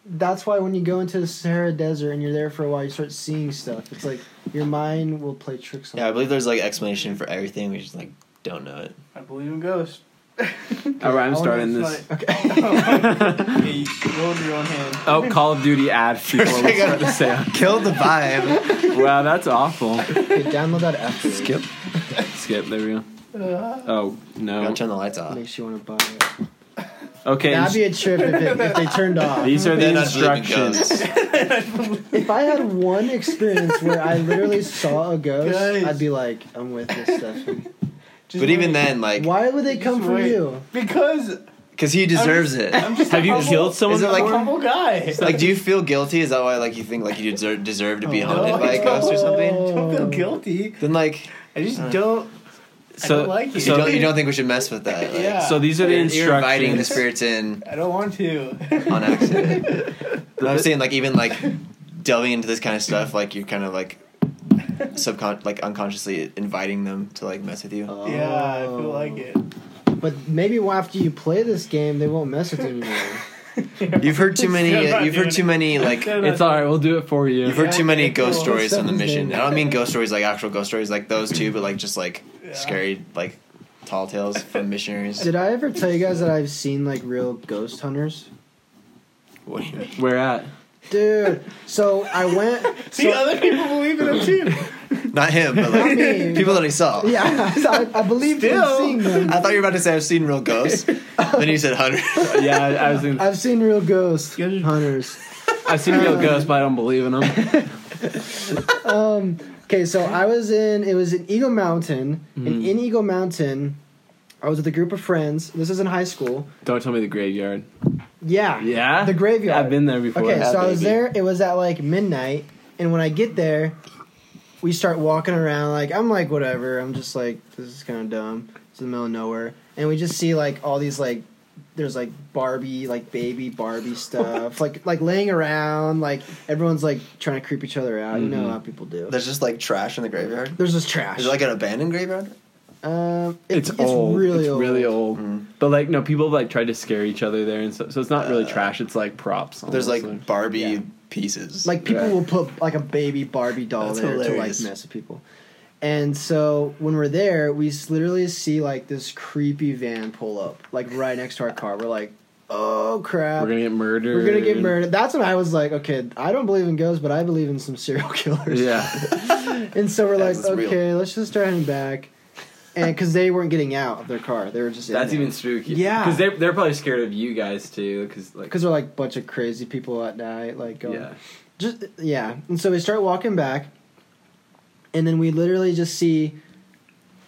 Speaker 2: that's why when you go into the Sahara Desert and you're there for a while, you start seeing stuff. It's like your mind will play tricks on
Speaker 3: Yeah, I
Speaker 2: you.
Speaker 3: believe there's like explanation for everything. We just like don't know it.
Speaker 7: I believe in ghosts.
Speaker 4: All right, I'm
Speaker 2: Oh,
Speaker 4: starting
Speaker 7: It's
Speaker 4: this.
Speaker 7: Like, yeah, you hold your own hand.
Speaker 4: Oh, Call of Duty ad before we start the seance.
Speaker 3: Kill the vibe.
Speaker 4: Wow, that's awful.
Speaker 2: Okay, download that after.
Speaker 4: Skip. Skip. There we go. Oh no.
Speaker 3: Gotta turn the lights off.
Speaker 2: Makes you want to buy it.
Speaker 4: Okay.
Speaker 2: That'd be a trip if, it, if they turned off.
Speaker 4: These are
Speaker 3: They're
Speaker 4: the
Speaker 3: not believing
Speaker 4: instructions.
Speaker 3: ghosts.
Speaker 2: If I had one experience where I literally saw a ghost,
Speaker 7: Guys.
Speaker 2: I'd be like, I'm with this stuff.
Speaker 7: Just
Speaker 3: But even
Speaker 7: wait.
Speaker 3: then, like,
Speaker 2: Why would they
Speaker 7: Just
Speaker 2: come for
Speaker 7: wait.
Speaker 2: you?
Speaker 7: Because
Speaker 3: because he deserves it.
Speaker 7: I'm just.
Speaker 4: Have
Speaker 7: a
Speaker 4: you
Speaker 7: humble,
Speaker 4: killed someone
Speaker 3: Is it like-
Speaker 7: Like
Speaker 4: before?
Speaker 7: humble guy.
Speaker 3: Like, do you feel guilty? Is that why, like, you think like you deserve deserve to be
Speaker 2: Oh,
Speaker 3: haunted
Speaker 7: no.
Speaker 3: by a ghost or something?
Speaker 7: Don't feel guilty.
Speaker 3: Then, like,
Speaker 7: I just don't.
Speaker 4: So,
Speaker 7: I don't like it.
Speaker 3: you
Speaker 4: so,
Speaker 3: don't you don't think we should mess with that? Like,
Speaker 7: Yeah.
Speaker 4: so these are the
Speaker 3: you're- You're inviting the
Speaker 4: instructions.
Speaker 3: spirits in
Speaker 7: I don't want to.
Speaker 3: on accident. But I'm saying, like, even like delving into this kind of stuff, like you're kind of like subcon like unconsciously inviting them to like mess with you.
Speaker 7: yeah, I
Speaker 3: Oh.
Speaker 7: feel like it.
Speaker 2: Oh. But maybe after you play this game, they won't mess with you anymore.
Speaker 3: You've heard too many.
Speaker 7: They're not
Speaker 3: You've heard
Speaker 7: doing
Speaker 3: too many like.
Speaker 7: They're not
Speaker 4: It's all right. We'll do it for you.
Speaker 3: You've heard too many
Speaker 7: Yeah.
Speaker 3: ghost
Speaker 7: Well,
Speaker 3: stories on the
Speaker 2: something's
Speaker 3: mission.
Speaker 2: made
Speaker 3: I don't mean ghost stories like actual ghost stories like those too, but like just like
Speaker 7: Yeah.
Speaker 3: scary like tall tales from missionaries.
Speaker 2: Did I ever tell you guys that I've seen like real ghost hunters?
Speaker 3: What do you mean?
Speaker 4: Where at?
Speaker 2: Dude, so I went.
Speaker 7: See, other people believe in him too.
Speaker 3: Not him, but like
Speaker 2: I mean-
Speaker 3: people that he saw.
Speaker 2: Yeah, I, I believed
Speaker 3: Still.
Speaker 2: in seeing them.
Speaker 3: I thought you were about to say I've seen real ghosts. then you said Hunter.
Speaker 4: Yeah, I, I was in.
Speaker 2: I've seen real ghost
Speaker 7: You guys are-
Speaker 2: hunters.
Speaker 4: I've seen real ghosts, but I don't believe in them.
Speaker 2: Okay, so I was in it was in Eagle Mountain, and in Eagle Mountain, I was with a group of friends. This is in high school.
Speaker 4: Don't tell me the graveyard.
Speaker 2: Yeah,
Speaker 4: Yeah.
Speaker 2: the graveyard.
Speaker 4: I've been there before.
Speaker 2: Okay, so I was
Speaker 3: baby.
Speaker 2: there. It was at like midnight, and when I get there, we start walking around. Like I'm like whatever. I'm just like this is kind of dumb. It's in the middle of nowhere, and we just see like all these like there's like Barbie like baby Barbie stuff like like laying around. Like everyone's like trying to creep each other out. You know
Speaker 4: Mhm.
Speaker 2: how people do.
Speaker 3: There's just like trash in the graveyard.
Speaker 2: There's just trash.
Speaker 3: Is it like an abandoned graveyard?
Speaker 2: um, it-
Speaker 4: It's, old.
Speaker 2: Really
Speaker 4: it's
Speaker 2: old.
Speaker 4: really old.
Speaker 3: Mm.
Speaker 4: But like, no, people have like tried to scare each other there, and so, so it's not really trash. It's like props.
Speaker 3: Uh, There's
Speaker 4: almost,
Speaker 3: like Barbie pieces.
Speaker 2: Like people
Speaker 4: Yeah.
Speaker 2: will put like a baby Barbie doll
Speaker 3: That's
Speaker 2: there to like
Speaker 3: hilarious.
Speaker 2: mess with people. And so when we're there, we s- literally see like this creepy van pull up, like right next to our car. We're like, oh crap.
Speaker 4: We're gonna get murdered.
Speaker 2: We're gonna get murdered. That's when I was like, okay, I don't believe in ghosts, but I believe in some serial killers.
Speaker 4: Yeah.
Speaker 2: And so we're
Speaker 3: Yeah,
Speaker 2: like,
Speaker 3: that's real.
Speaker 2: okay, let's just start heading back. And because they weren't getting out of their car, they were just in
Speaker 4: That's
Speaker 2: there.
Speaker 4: even spooky.
Speaker 2: Yeah.
Speaker 4: because they're they're probably scared of you guys too. Because like,
Speaker 2: because they're like a bunch of crazy people at night, like going,
Speaker 4: yeah,
Speaker 2: just yeah. And so we start walking back, and then we literally just see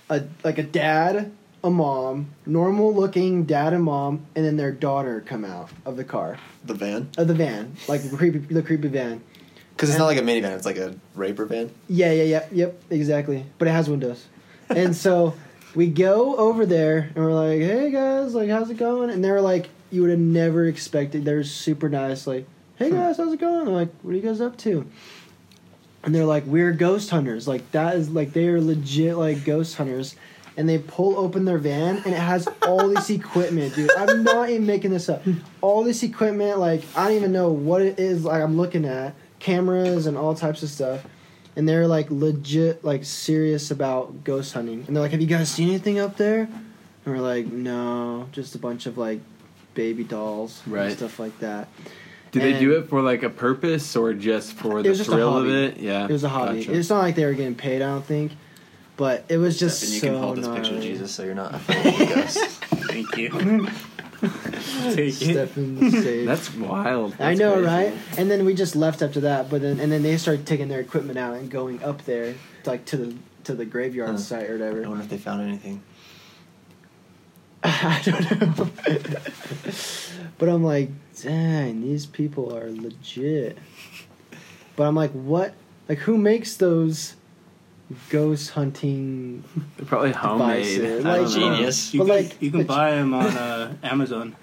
Speaker 2: a like a dad, a mom, normal looking dad and mom, and then their daughter come out of the car
Speaker 3: The van?
Speaker 2: of the van, like the creepy the creepy van.
Speaker 3: Because it's not like a minivan, it's like a raper van.
Speaker 2: Yeah, yeah, yeah, yep, exactly. But it has windows. and so we go over there and we're like, hey guys, like, how's it going? And they were like, you would have never expected. They're super nice, like, hey guys, how's it going? I'm like, what are you guys up to? And they're like, we're ghost hunters. Like, that is like, they are legit like ghost hunters. And they pull open their van and it has all this equipment, dude. I'm not even making this up. All this equipment, like, I don't even know what it is, like, I'm looking at cameras and all types of stuff and they're like legit like serious about ghost hunting and they're like have you guys seen anything up there and we're like no just a bunch of like baby dolls
Speaker 4: Right.
Speaker 2: and stuff like that
Speaker 4: do they do
Speaker 2: And-
Speaker 4: it for like a purpose or just for
Speaker 2: It
Speaker 4: the
Speaker 2: was just a
Speaker 4: thrill of
Speaker 2: hobby.
Speaker 4: it? Yeah,
Speaker 2: it was a hobby
Speaker 4: Gotcha.
Speaker 2: it's not like they were getting paid i don't think but it was just
Speaker 3: and you
Speaker 2: so
Speaker 3: can hold this picture of
Speaker 2: gnarly.
Speaker 3: Jesus so you're not afraid of ghosts.
Speaker 6: Thank you. Take it.
Speaker 2: Stefan saved.
Speaker 4: That's wild.
Speaker 2: I
Speaker 4: That's
Speaker 2: know,
Speaker 4: crazy.
Speaker 2: right? And then we just left after that. But then and then they started taking their equipment out and going up there, like to the to the graveyard
Speaker 3: Huh.
Speaker 2: site or whatever.
Speaker 3: I wonder if they found anything.
Speaker 2: I don't know. but I'm like, dang, these people are legit. But I'm like, what? Like, who makes those ghost hunting?
Speaker 4: They're probably
Speaker 2: Devices.
Speaker 4: homemade. I don't
Speaker 2: Like,
Speaker 4: know.
Speaker 3: Genius.
Speaker 6: You
Speaker 2: But,
Speaker 6: can,
Speaker 2: like-
Speaker 6: you can buy them on uh, Amazon.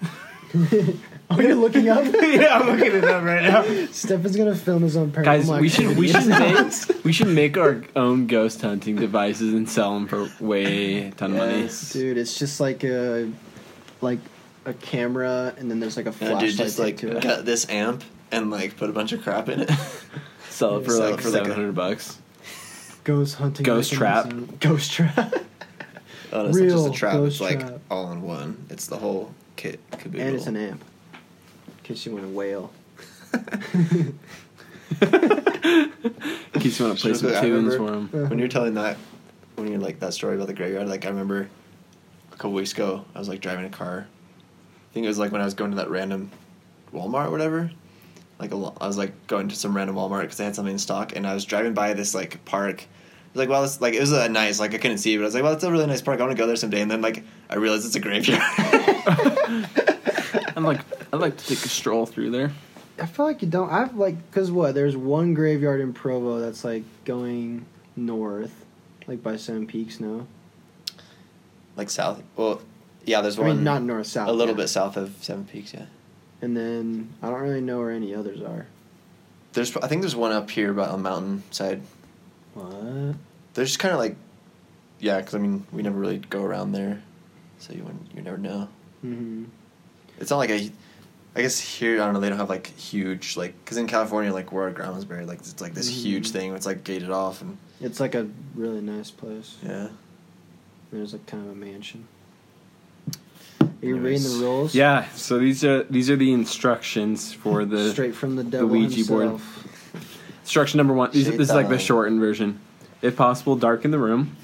Speaker 2: Are you looking up?
Speaker 6: yeah, I'm looking it up right now.
Speaker 2: Stefan's gonna film his own paranormal.
Speaker 4: Guys, we should we should
Speaker 2: activity.
Speaker 4: make we should make our own ghost hunting devices and sell them for way ton
Speaker 3: Yes.
Speaker 4: of money.
Speaker 2: Dude, it's just like a, like a camera, and then there's like a
Speaker 3: No,
Speaker 2: flashlight
Speaker 3: dude, just like
Speaker 2: to it.
Speaker 3: cut this amp and like put a bunch of crap in it.
Speaker 4: Sell it for
Speaker 3: Sell
Speaker 4: like
Speaker 3: it for, like, a-
Speaker 4: seven hundred bucks.
Speaker 2: Ghost hunting.
Speaker 4: Ghost trap.
Speaker 2: mechanism. Ghost trap.
Speaker 3: Oh, no, it's not just
Speaker 2: Real
Speaker 3: a trap.
Speaker 2: ghost
Speaker 3: It's like
Speaker 2: trap.
Speaker 3: all in one. It's the whole kit. Caboodle.
Speaker 2: and it's an amp. In case you want to wail.
Speaker 4: Keeps you want to play some
Speaker 3: Sure, I
Speaker 4: tunes for
Speaker 3: remember-
Speaker 2: Uh-huh.
Speaker 4: them.
Speaker 3: When you're telling that, when you're like that story about the graveyard, like I remember a couple weeks ago, I was like driving a car. I think it was like when I was going to that random Walmart or whatever. Like a lo- I was like going to some random Walmart because they had something in stock, and I was driving by this like park. I was like, well, it's like it was a nice, like I couldn't see, but I was like, well, it's a really nice park. I want to go there someday. And then like I realized it's a graveyard.
Speaker 4: I'd like I'd like to take a stroll through there.
Speaker 2: I feel like you don't. I've like because what? There's one graveyard in Provo that's like going north, like by Seven Peaks. No,
Speaker 3: like south. Well, yeah, there's
Speaker 2: I
Speaker 3: one
Speaker 2: mean not north south.
Speaker 3: a little
Speaker 2: yeah.
Speaker 3: bit south of Seven Peaks. Yeah,
Speaker 2: And then I don't really know where any others are.
Speaker 3: there's I think there's one up here by the mountain side.
Speaker 2: What?
Speaker 3: they're just kind of like, yeah, because I mean, we never really go around there, so you wouldn't, you never know.
Speaker 2: hmm
Speaker 3: It's not like a, I guess here I don't know they don't have like huge like because in California like where our grandma's buried like it's like this
Speaker 6: Mm-hmm.
Speaker 2: Mhm.
Speaker 3: huge thing where it's like gated off and
Speaker 2: It's like a really nice place.
Speaker 3: yeah
Speaker 2: There's like kind of a mansion. Are you reading
Speaker 3: Anyways.
Speaker 2: the rules?
Speaker 4: Yeah. So these are these are the instructions for the
Speaker 2: Straight from the devil
Speaker 4: Ouija board.
Speaker 2: himself.
Speaker 4: instruction number one. These, this is like the
Speaker 3: Shaitan.
Speaker 4: shortened version. If possible, darken the room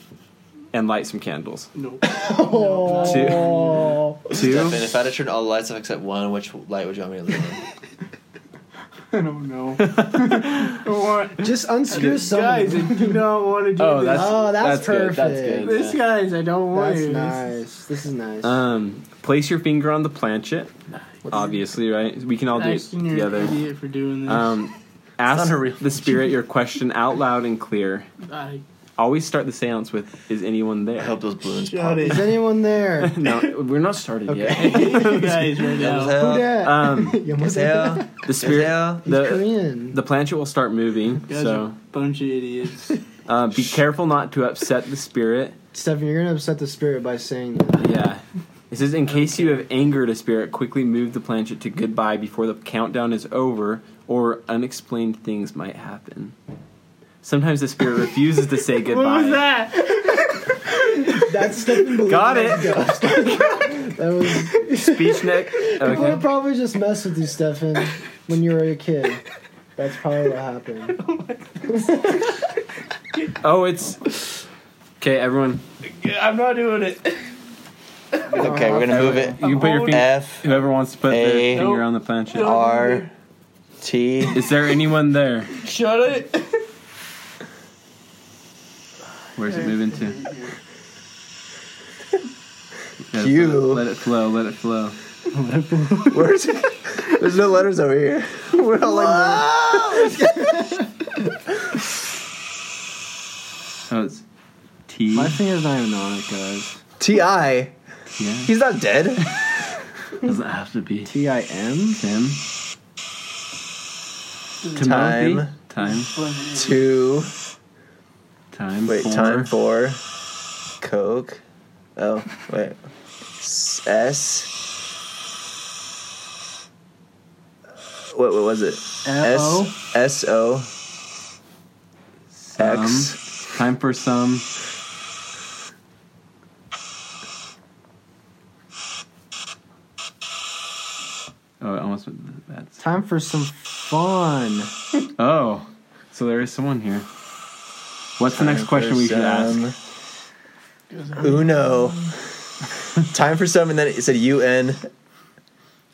Speaker 4: and light some candles.
Speaker 6: Nope.
Speaker 2: Oh.
Speaker 4: Two.
Speaker 3: Stefan, if I had to turn all the lights off except one, which light would you want me to leave on?
Speaker 6: I don't know. I want-
Speaker 2: Just unscrew some.
Speaker 6: guys, I do not want to do
Speaker 4: Oh,
Speaker 6: this.
Speaker 4: that's
Speaker 2: Oh, that's
Speaker 4: that's Good, that's
Speaker 2: perfect.
Speaker 4: good.
Speaker 6: this,
Speaker 4: yeah.
Speaker 6: guys, I don't want
Speaker 2: That's
Speaker 6: to.
Speaker 2: nice. This is nice.
Speaker 4: Um, place your finger on the planchet. Obviously, right? We can all do it
Speaker 6: Ashton, you're an
Speaker 4: together.
Speaker 6: idiot for doing this.
Speaker 4: Um,
Speaker 3: not
Speaker 4: ask
Speaker 3: a real-
Speaker 4: the spirit your question out loud and clear.
Speaker 6: I,
Speaker 4: Always start the seance with "Is anyone there?"
Speaker 3: I hope those balloons
Speaker 6: Shut
Speaker 3: pop.
Speaker 6: it.
Speaker 2: is anyone there?
Speaker 4: no, we're not started
Speaker 6: I hate you guys right
Speaker 3: Yums
Speaker 6: now.
Speaker 2: Who
Speaker 3: hell,
Speaker 2: dat?
Speaker 4: Um,
Speaker 3: yums hell,
Speaker 4: the
Speaker 3: yums
Speaker 4: spirit,
Speaker 3: hell.
Speaker 2: He's
Speaker 4: the-
Speaker 2: Korean.
Speaker 4: the planchet will start moving.
Speaker 6: You guys are a
Speaker 4: So
Speaker 6: bunch of idiots.
Speaker 4: uh, be careful not to upset the spirit.
Speaker 2: Stefan, you're gonna upset the spirit by saying that.
Speaker 4: Yeah. It says, in case you have angered a spirit, quickly move the planchet to goodbye before the countdown is over, or unexplained things might happen. Sometimes the spirit refuses to say goodbye.
Speaker 6: What was that?
Speaker 2: That's stepping believe
Speaker 4: Got
Speaker 2: that was
Speaker 4: it.
Speaker 2: ghost. that was.
Speaker 4: Speech neck.
Speaker 2: People would
Speaker 4: Okay.
Speaker 2: probably just mess with you, Stefan, when you were a kid. That's probably what happened.
Speaker 4: Oh, it's okay. Everyone,
Speaker 7: I'm not doing it.
Speaker 3: Okay, we're gonna move it.
Speaker 4: you can put your finger.
Speaker 3: F
Speaker 4: Whoever wants to put their
Speaker 3: A-
Speaker 4: finger on the planchette.
Speaker 3: R T.
Speaker 4: Is there anyone there?
Speaker 7: Shut it.
Speaker 4: Where's it moving to? Let it
Speaker 3: You.
Speaker 4: flow, Let it flow. Let it flow.
Speaker 3: Where's There's no letters over here. We're all like.
Speaker 4: Oh, it's T.
Speaker 2: My finger's not even on it, guys.
Speaker 3: T I.
Speaker 4: Yeah.
Speaker 3: He's not dead.
Speaker 4: Doesn't have to be
Speaker 2: T I M?
Speaker 4: Tim.
Speaker 3: Time.
Speaker 4: Time.
Speaker 3: Two.
Speaker 4: Time.
Speaker 3: Wait,
Speaker 4: for-
Speaker 3: time for Coke. Oh, wait. S. S. What, what was it? S. S O
Speaker 4: Some.
Speaker 3: X.
Speaker 4: Time for some. Oh, it almost went- that's.
Speaker 2: Time for some fun.
Speaker 4: Oh, so there is someone here. What's the next
Speaker 3: Time
Speaker 4: question
Speaker 3: for
Speaker 4: we should ask?
Speaker 3: some Uno. time for some, and then it said U N.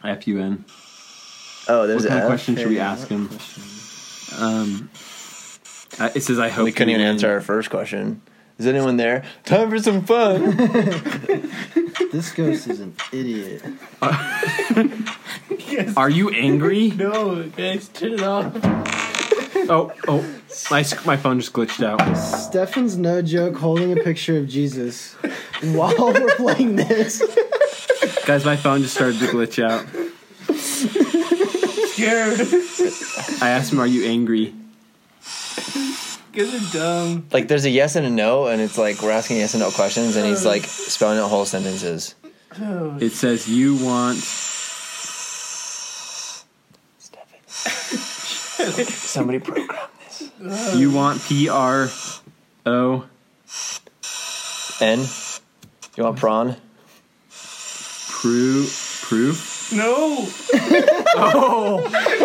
Speaker 4: F U N.
Speaker 3: Oh,
Speaker 4: What
Speaker 3: there's
Speaker 4: kind
Speaker 3: an
Speaker 4: of
Speaker 3: F.
Speaker 4: question should we ask him? Um, uh, it says, "I hope
Speaker 3: We couldn't
Speaker 4: you
Speaker 3: even
Speaker 4: win."
Speaker 3: answer our first question. Is anyone there? Time for some fun.
Speaker 2: This ghost is an idiot.
Speaker 4: Are you angry?
Speaker 7: No, guys, turn it off.
Speaker 4: Oh, oh, my sc- my phone just glitched out.
Speaker 2: Stefan's no joke holding a picture of Jesus while we're playing this.
Speaker 4: Guys, my phone just started to glitch out.
Speaker 7: Scared.
Speaker 4: I asked him, "Are you angry?"
Speaker 7: Guys are dumb.
Speaker 3: like, there's a yes and a no, and it's like we're asking yes and no questions, and he's like spelling out whole sentences.
Speaker 7: Oh,
Speaker 4: It says, "You want."
Speaker 3: Somebody program this.
Speaker 4: You want P R O
Speaker 3: N. You want prawn?
Speaker 4: proof proof?
Speaker 7: no.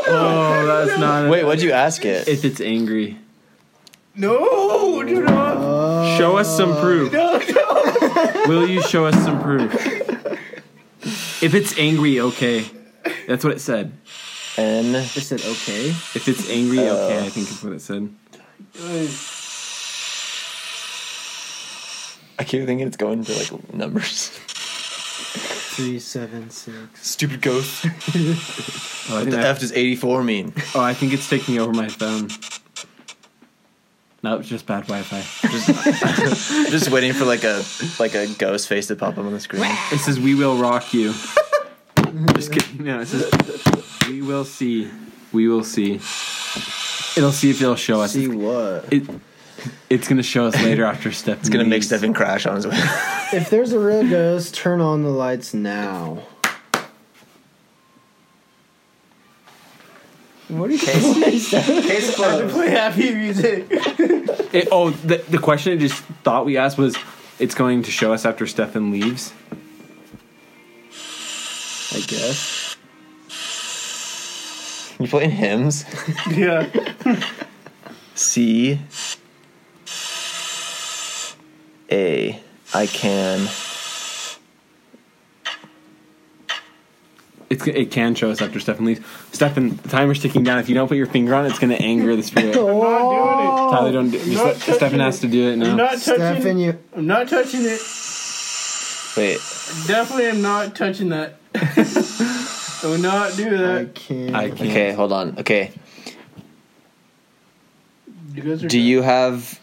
Speaker 4: Oh, that's not.
Speaker 3: Wait, what'd you ask it?
Speaker 4: If it's angry,
Speaker 7: No. Do not.
Speaker 4: show us some proof.
Speaker 7: No, no.
Speaker 4: Will you show us some proof? If it's angry, okay. That's what it said.
Speaker 3: N.
Speaker 2: I said, okay.
Speaker 4: If it's angry, okay.
Speaker 3: Oh.
Speaker 4: I think is what it said.
Speaker 7: Guys,
Speaker 3: I keep thinking it's going to like numbers.
Speaker 2: Three, seven, six.
Speaker 3: Stupid ghost.
Speaker 4: Oh, I
Speaker 3: What
Speaker 4: think
Speaker 3: the
Speaker 4: I-
Speaker 3: F does 84 mean?
Speaker 4: oh, I think it's taking over my phone. No, it's just bad Wi-Fi.
Speaker 3: Just waiting for like a like a ghost face to pop up on the screen.
Speaker 4: It says, "We will rock you." Just kidding. No, it says, "We will see. We will see." It'll see if it'll show us.
Speaker 2: See what?
Speaker 4: It, it's gonna show us later after Steph.
Speaker 3: It's gonna make Stefan crash on his way.
Speaker 2: If there's a real ghost, turn on the lights now. What are you
Speaker 7: play happy music.
Speaker 4: It, oh, the, the question I just thought we asked was, "It's going to show us after Stefan leaves."
Speaker 2: I guess.
Speaker 3: You playing hymns?
Speaker 7: yeah.
Speaker 3: C A I can
Speaker 4: It's it can show us after Stefan leaves. Stefan, the timer's ticking down. If you don't put your finger on it, it's gonna anger the spirit.
Speaker 7: Not
Speaker 4: Tyler, don't. Do, just
Speaker 7: Not
Speaker 4: let,
Speaker 7: touching
Speaker 4: Stefan has
Speaker 7: it.
Speaker 4: to do it now.
Speaker 7: doing it. Not
Speaker 2: Stefan,
Speaker 7: touching.
Speaker 2: you.
Speaker 7: I'm not touching it.
Speaker 3: wait.
Speaker 7: Definitely am not touching that. Do not do
Speaker 2: I
Speaker 7: that.
Speaker 2: can't.
Speaker 4: I can't.
Speaker 3: Okay, hold on. Okay.
Speaker 7: You guys are
Speaker 3: Do
Speaker 7: dumb.
Speaker 3: you have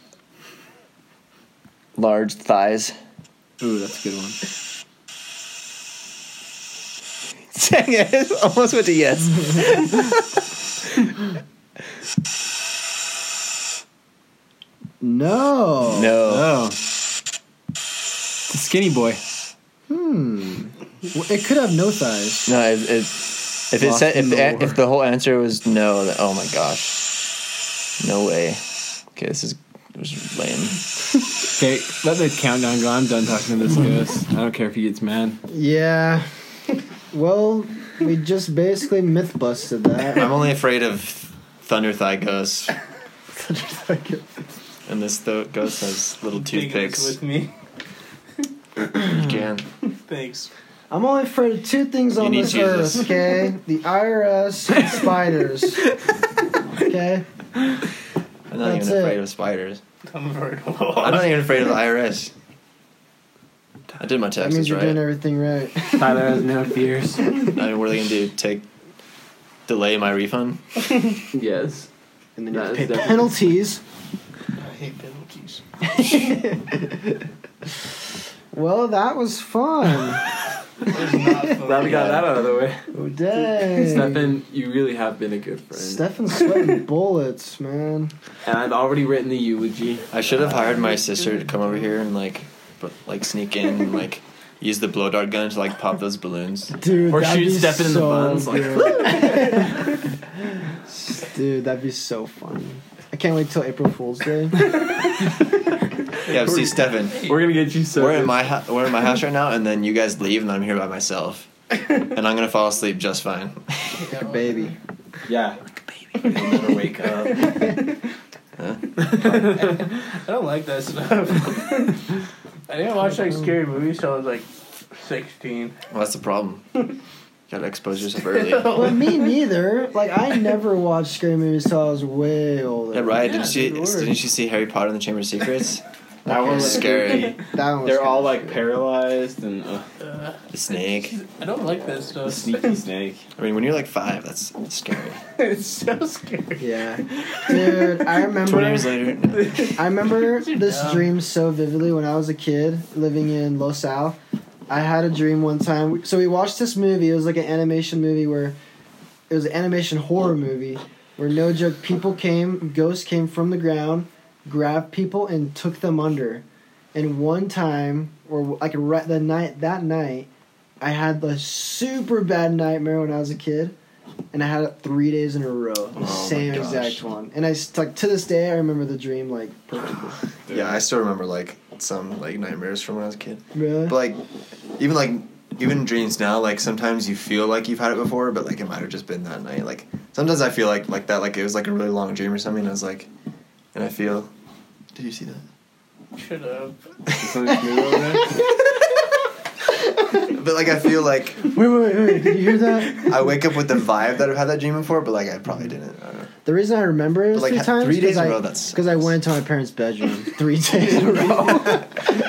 Speaker 3: large thighs?
Speaker 4: Ooh, that's a good one.
Speaker 3: Dang it. Almost went to yes.
Speaker 2: No.
Speaker 3: No.
Speaker 4: Oh, it's a skinny boy.
Speaker 2: Hmm. Well, It could have no thighs.
Speaker 3: No, it, it, if it
Speaker 4: Lost
Speaker 3: said if
Speaker 4: in the
Speaker 3: the,
Speaker 4: war.
Speaker 3: if the whole answer was no, then, oh my gosh. No way. Okay, this is this is lame.
Speaker 4: Okay, let the countdown go. I'm done talking to this ghost. I don't care if he gets mad.
Speaker 2: Yeah. Well, we just basically myth busted that.
Speaker 3: I'm only afraid of Thunder Thigh Ghost, and this th- ghost has little
Speaker 7: Bigots
Speaker 3: toothpicks.
Speaker 7: with me.
Speaker 3: Jan.
Speaker 7: Thanks.
Speaker 2: I'm only afraid of two things on
Speaker 3: You need
Speaker 2: this
Speaker 3: Jesus.
Speaker 2: earth, okay? The IRS and spiders. Okay?
Speaker 3: I'm not
Speaker 2: That's
Speaker 3: even afraid
Speaker 2: it.
Speaker 3: of spiders.
Speaker 7: I'm afraid of
Speaker 3: I'm not even afraid of the IRS. I did my
Speaker 2: That
Speaker 3: taxes
Speaker 2: means you're doing
Speaker 3: right.
Speaker 2: everything right.
Speaker 4: Tyler has no fears.
Speaker 3: I mean, what are they gonna do? Take delay my refund?
Speaker 4: Yes.
Speaker 2: And then you
Speaker 4: That
Speaker 2: have
Speaker 4: is
Speaker 2: to pay
Speaker 4: definitely-
Speaker 2: penalties.
Speaker 7: I hate penalties.
Speaker 2: Well, that was fun.
Speaker 7: It's not
Speaker 4: Glad
Speaker 7: fun.
Speaker 4: we got that out of the way.
Speaker 2: Oh, dang.
Speaker 4: Stefan, you really have been a good friend.
Speaker 2: Stefan's sweating bullets, man.
Speaker 4: and I've already written the eulogy.
Speaker 3: I should have hired my sister to come over here and like, but like sneak in and like use the blow dart gun to like pop those balloons.
Speaker 2: Dude,
Speaker 4: Or
Speaker 2: that'd
Speaker 4: shoot
Speaker 2: be
Speaker 4: Stefan in the
Speaker 2: so
Speaker 4: buns, like-
Speaker 2: good. Dude, that'd be so funny. I can't wait till April Fool's Day.
Speaker 3: Yeah, see, Stefan,
Speaker 4: We're gonna get you so.
Speaker 3: we're in my hou- we're in my house right now, and then you guys leave, and I'm here by myself, and I'm gonna fall asleep just fine.
Speaker 2: Baby.
Speaker 4: Yeah.
Speaker 7: Never wake up. I don't like that stuff. I didn't watch like scary movies till I was like 16.
Speaker 3: Well, that's the problem. You gotta expose yourself early. Yeah,
Speaker 2: But me neither. Like, I never watched scary movies till I was way older.
Speaker 3: right? didn't you
Speaker 2: good word.
Speaker 3: didn't you see Harry Potter and the Chamber of Secrets?
Speaker 4: That
Speaker 3: It
Speaker 4: one
Speaker 3: was scary.
Speaker 2: That one was
Speaker 4: They're all
Speaker 2: kinda
Speaker 4: like
Speaker 2: scary.
Speaker 4: paralyzed and uh,
Speaker 3: The snake.
Speaker 7: I don't like that
Speaker 4: a
Speaker 7: stuff.
Speaker 4: sneaky snake.
Speaker 3: I mean, when you're like five, that's scary.
Speaker 7: it's so scary.
Speaker 2: Yeah. Dude, I
Speaker 3: Twenty years
Speaker 2: remember
Speaker 3: later,
Speaker 2: I remember this
Speaker 7: dumb.
Speaker 2: dream so vividly when I was a kid living in Los Al. I had a dream one time. So we watched this movie. It was like an animation movie where it was an animation horror movie where no joke people came, ghosts came from the ground, grabbed people and took them under. And one time or like right the night that night I had the super bad nightmare when I was a kid, and I had it three days in a row, the
Speaker 3: Oh my
Speaker 2: same
Speaker 3: gosh.
Speaker 2: exact one. And I st- like to this day, I remember the dream like perfectly.
Speaker 3: yeah, I still remember like some like nightmares from when I was a kid.
Speaker 2: Really?
Speaker 3: But like, even like, even in dreams now, like sometimes you feel like you've had it before, but like it might have just been that night. Like sometimes I feel like like that, like it was like a really long dream or something. And I was like, and I feel. Did you see that?
Speaker 7: Shut up.
Speaker 3: But like I feel like
Speaker 2: wait, wait, wait, wait! Did you hear that?
Speaker 3: I wake up with the vibe that I've had that dream before, but like I probably didn't. I don't know.
Speaker 2: The reason I remember it
Speaker 3: But, like,
Speaker 2: three
Speaker 3: ha-
Speaker 2: times
Speaker 3: three days in a row, that's-
Speaker 2: because I, 'cause I went into my parents' bedroom three days in a row.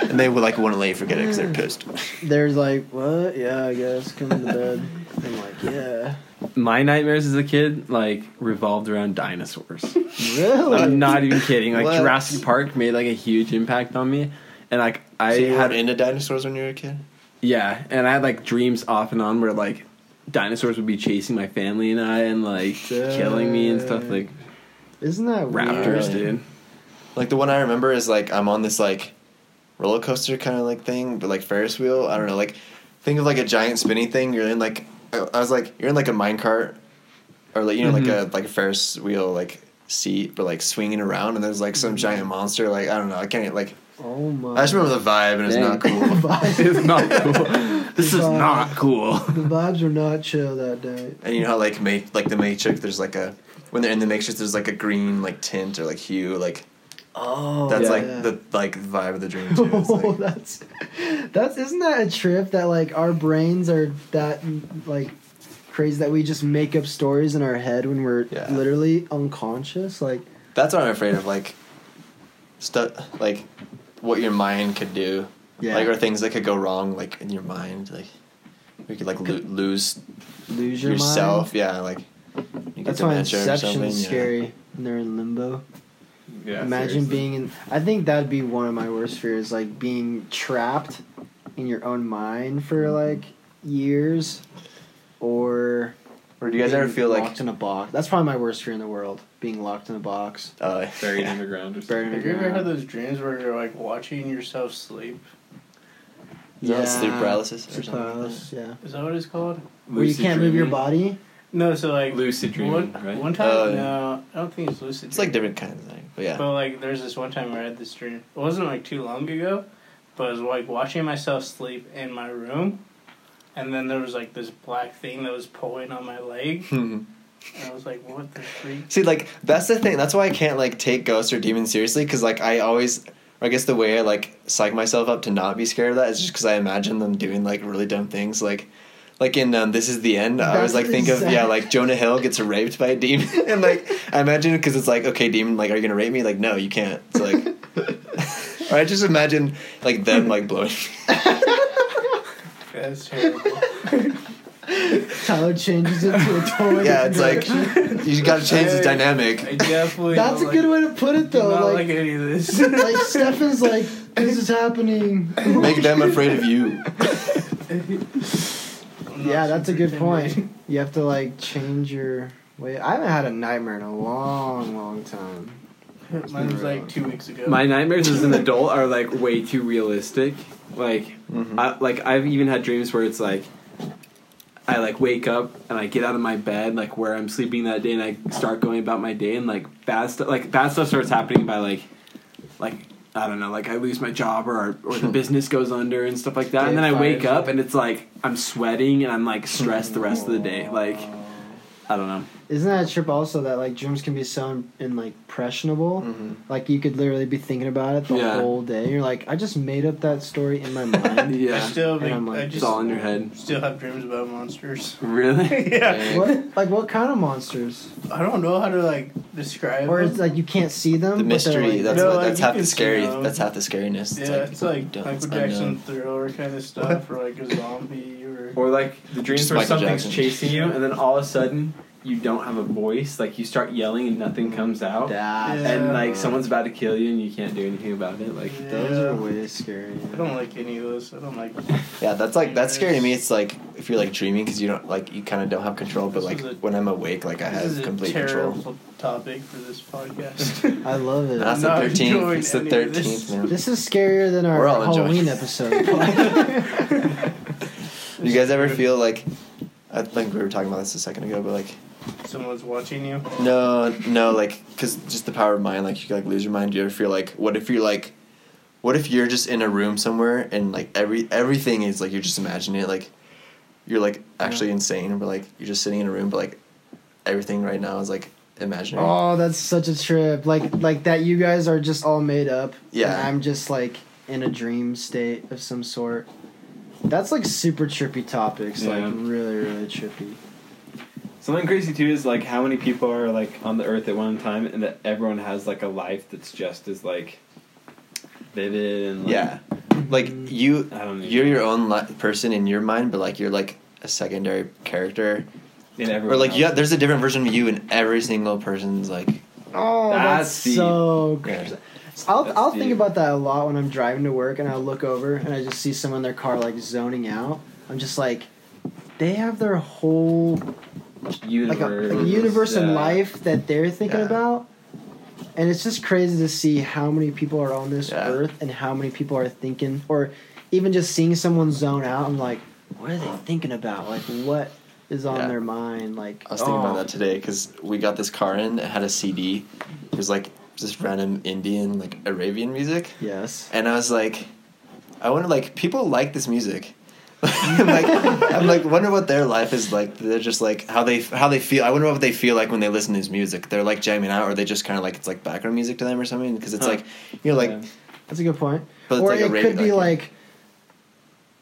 Speaker 3: And they would like wouldn't let you forget it because they're pissed.
Speaker 2: They're like, "What? Yeah, I guess come to bed." I'm like, "Yeah,
Speaker 4: My nightmares as a kid like revolved around dinosaurs. I'm
Speaker 2: really?"
Speaker 4: not even kidding. Like
Speaker 3: What?
Speaker 4: Jurassic Park made like a huge impact on me, and like I
Speaker 3: So you had
Speaker 4: had
Speaker 3: into dinosaurs when you were a kid.
Speaker 4: yeah, and I had like dreams off and on where like dinosaurs would be chasing my family and I and like killing me and stuff like
Speaker 2: Isn't that weird?
Speaker 4: raptors,
Speaker 3: Really?
Speaker 4: dude.
Speaker 3: Like the one I remember is like I'm on this like roller coaster kind of like thing, but like Ferris wheel. I don't know. Like think of like a giant spinny thing. You're in like I I was like you're in like a minecart or like you know like a like a Ferris wheel like seat, but like swinging around, and there's like some giant monster. Like I don't know. I can't like
Speaker 2: Oh my!
Speaker 3: I just remember the vibe, and it's not cool.
Speaker 4: it's not cool. This is
Speaker 2: Fine.
Speaker 4: not cool.
Speaker 2: the vibes were not chill that day.
Speaker 3: And you know how like make like the Matrix, there's like a when they're in the Matrix, there's like a green like tint or like hue like.
Speaker 2: Oh,
Speaker 3: That's
Speaker 4: yeah.
Speaker 3: like the like vibe of the dream too. It's
Speaker 2: Oh,
Speaker 3: like,
Speaker 2: that's that's isn't that a trip that like our brains are that like crazy that we just make up stories in our head when we're
Speaker 3: Yeah.
Speaker 2: literally unconscious like
Speaker 3: That's what I'm afraid of, like stuff like what your mind could do,
Speaker 2: Yeah.
Speaker 3: like or things that could go wrong, like in your mind, like you could like lo- lose
Speaker 2: lose your
Speaker 3: yourself.
Speaker 2: mind.
Speaker 3: Yeah, like you get
Speaker 2: That's why
Speaker 3: dementia or
Speaker 2: Inception
Speaker 3: something,
Speaker 2: is
Speaker 3: yeah.
Speaker 2: scary when they're in limbo.
Speaker 4: Yeah,
Speaker 2: Imagine being in. I think that'd be one of my worst fears, like being trapped in your own mind for
Speaker 7: Mm-hmm.
Speaker 2: like years, or
Speaker 3: Or do you guys ever
Speaker 2: being
Speaker 3: feel like
Speaker 2: locked in a box? That's probably my worst fear in the world: being locked in a box,
Speaker 3: uh,
Speaker 4: buried underground. Or
Speaker 2: buried in
Speaker 7: Have
Speaker 2: the
Speaker 7: you ever had
Speaker 2: ground.
Speaker 7: those dreams where you're like watching yourself sleep?
Speaker 3: is that sleep paralysis or
Speaker 2: Sleep
Speaker 3: something? like that?
Speaker 2: paralysis, yeah.
Speaker 7: Is that what it's called?
Speaker 2: Where you can't move your body,
Speaker 7: No, so like
Speaker 4: Lucid
Speaker 7: one,
Speaker 4: dreaming, right?
Speaker 7: one time,
Speaker 3: Uh,
Speaker 7: no, I don't think it's lucid.
Speaker 3: It's like
Speaker 7: dreaming.
Speaker 3: different kinds of thing, but yeah.
Speaker 7: But like, there's this one time where I had this dream. It wasn't like too long ago, but I was like watching myself sleep in my room, and then there was like this black thing that was pulling on my leg,
Speaker 2: Mm-hmm.
Speaker 3: Mhm.
Speaker 7: and I was like, "What the freak?"
Speaker 3: See, like that's the thing. That's why I can't like take ghosts or demons seriously because like I always, I guess the way I like psych myself up to not be scared of that is just because I imagine them doing like really dumb things, like. Like in um, this is the end, I always like
Speaker 2: That's
Speaker 3: think of
Speaker 2: exact-
Speaker 3: yeah, like Jonah Hill gets raped by a demon, and like I imagine because it's like okay, demon, like are you gonna rape me? Like no, you can't. It's like, or I just imagine like them like blowing.
Speaker 7: That's terrible.
Speaker 2: Tyler changes it to a totally
Speaker 3: yeah, it's
Speaker 2: different
Speaker 3: like
Speaker 2: direction.
Speaker 3: you gotta change the
Speaker 7: Hey. I
Speaker 3: dynamic.
Speaker 7: definitely.
Speaker 2: that's a
Speaker 7: don't
Speaker 2: good
Speaker 7: like,
Speaker 2: way to put it though.
Speaker 7: Not like,
Speaker 2: Like,
Speaker 7: any of this.
Speaker 2: like Stefan's like this is happening.
Speaker 3: Make them afraid of you.
Speaker 2: Yeah, that's a good point. You have to like change your way. I haven't had a nightmare in a long, long time.
Speaker 7: Mine was like two weeks ago.
Speaker 4: My nightmares as an adult are like way too realistic. Like,
Speaker 3: Mhm.
Speaker 2: Mm-hmm.
Speaker 4: I, like I've even had dreams where it's like, I like wake up and I get out of my bed like where I'm sleeping that day and I start going about my day and like bad stuff like bad stuff starts happening by like, like I don't know like I lose my job or or the business goes under and stuff like that and then I wake up and it's like I'm sweating and I'm like stressed the rest of the day like, I don't know.
Speaker 2: Isn't that a trip also that like dreams can be so in, in like impressionable?
Speaker 3: Mhm.
Speaker 2: Like you could literally be thinking about it the
Speaker 4: Yeah.
Speaker 2: whole day. You're like, I just made up that story in my mind.
Speaker 7: I
Speaker 4: Yeah,
Speaker 7: still,
Speaker 2: And I'm
Speaker 7: think,
Speaker 2: like,
Speaker 7: I
Speaker 4: it's
Speaker 7: just
Speaker 4: all in your head.
Speaker 7: still have dreams about monsters.
Speaker 4: Really?
Speaker 7: yeah,
Speaker 2: what like what kind of monsters?
Speaker 7: I don't know how to like describe.
Speaker 2: Or
Speaker 7: them.
Speaker 2: it's like you can't see them.
Speaker 3: The
Speaker 2: but they're,
Speaker 3: mystery,
Speaker 2: like-
Speaker 3: that's
Speaker 7: No,
Speaker 3: what-
Speaker 7: like,
Speaker 3: that's
Speaker 7: you
Speaker 3: half the
Speaker 7: can
Speaker 3: scary
Speaker 7: see 'em.
Speaker 3: that's half the scariness.
Speaker 7: Yeah, it's like
Speaker 3: don't-
Speaker 7: Michael
Speaker 3: it's
Speaker 7: Jackson
Speaker 3: unknown.
Speaker 7: thriller kind of stuff, or like a zombie, or
Speaker 4: Or like the dreams
Speaker 3: Just
Speaker 4: where
Speaker 3: Michael
Speaker 4: something's
Speaker 3: Jackson.
Speaker 4: chasing you, and then all of a sudden you don't have a voice. Like you start yelling and nothing comes out,
Speaker 2: That's-
Speaker 7: Yeah.
Speaker 4: and like someone's about to kill you and you can't do anything about it. Like
Speaker 2: those are way scary.
Speaker 7: I don't like any of those. I don't like.
Speaker 3: Yeah, that's like that's scary to me. It's like if you're like dreaming because you don't like you kind of don't have control, but
Speaker 7: This
Speaker 3: like
Speaker 7: is a-
Speaker 3: when I'm awake, like I
Speaker 7: this is
Speaker 3: have
Speaker 7: a
Speaker 3: complete
Speaker 7: terrible
Speaker 3: control.
Speaker 7: topic for this podcast.
Speaker 2: I love
Speaker 3: And
Speaker 2: it.
Speaker 3: that's
Speaker 7: not
Speaker 3: the thirteenth.
Speaker 7: enjoying
Speaker 3: It's the
Speaker 7: any of this.
Speaker 3: thirteenth, man.
Speaker 2: This is scarier than our
Speaker 3: We're all enjoying
Speaker 2: Halloween
Speaker 3: it.
Speaker 2: episode.
Speaker 3: Do you guys ever feel like? I think we were talking about this a second ago, but like
Speaker 7: Someone's watching you.
Speaker 3: no, no, like because just the power of mind, like you could, like lose your mind. Do you ever feel like what if you're like, what if you're just in a room somewhere and like every everything is like you're just imagining it, like you're like actually insane, but like you're just sitting in a room, but like everything right now is like imaginary.
Speaker 2: oh, that's such a trip. Like like that you guys are just all made up.
Speaker 3: Yeah.
Speaker 2: And I'm just like in a dream state of some sort. That's like super trippy topics,
Speaker 4: Yeah.
Speaker 2: like really, really trippy.
Speaker 4: something crazy too is like how many people are like on the earth at one time, and that everyone has like a life that's just as like vivid and like,
Speaker 3: Yeah, like you,
Speaker 4: I don't know.
Speaker 3: you're your own li- person in your mind, but like you're like a secondary character,
Speaker 4: in everyone
Speaker 3: or like
Speaker 4: else.
Speaker 3: yeah, there's a different version of you in every single person's like.
Speaker 2: Oh, that's,
Speaker 4: That's deep.
Speaker 2: so
Speaker 3: Yeah.
Speaker 2: crazy. I'll,
Speaker 4: That's
Speaker 2: I'll
Speaker 4: deep.
Speaker 2: think about that a lot when I'm driving to work and I look over and I just see someone in their car like zoning out. I'm just like, they have their whole like
Speaker 4: universe,
Speaker 2: a, a universe and
Speaker 4: yeah.
Speaker 2: life that they're thinking
Speaker 3: Yeah.
Speaker 2: about. And it's just crazy to see how many people are on this
Speaker 3: Yeah.
Speaker 2: earth and how many people are thinking, or even just seeing someone zone out. I'm like, what are they thinking about? Like, what is on
Speaker 3: Yeah.
Speaker 2: their mind? Like,
Speaker 3: I was thinking
Speaker 2: oh.
Speaker 3: about that today because we got this car in. It had a CD. It was like just random Indian, like Arabian music,
Speaker 2: Yes.
Speaker 3: and I was like, I wonder, like people like this music. I'm like, I'm like, wonder what their life is like. They're just like how they how they feel. I wonder what they feel like when they listen to this music. They're like jamming out, or they just kind of like it's like background music to them or something. Because it's
Speaker 4: Huh.
Speaker 3: like you know, like
Speaker 4: Yeah.
Speaker 2: That's a good point.
Speaker 3: But it's
Speaker 2: or
Speaker 3: like a
Speaker 2: it
Speaker 3: radio-
Speaker 2: could be
Speaker 3: like-
Speaker 2: like,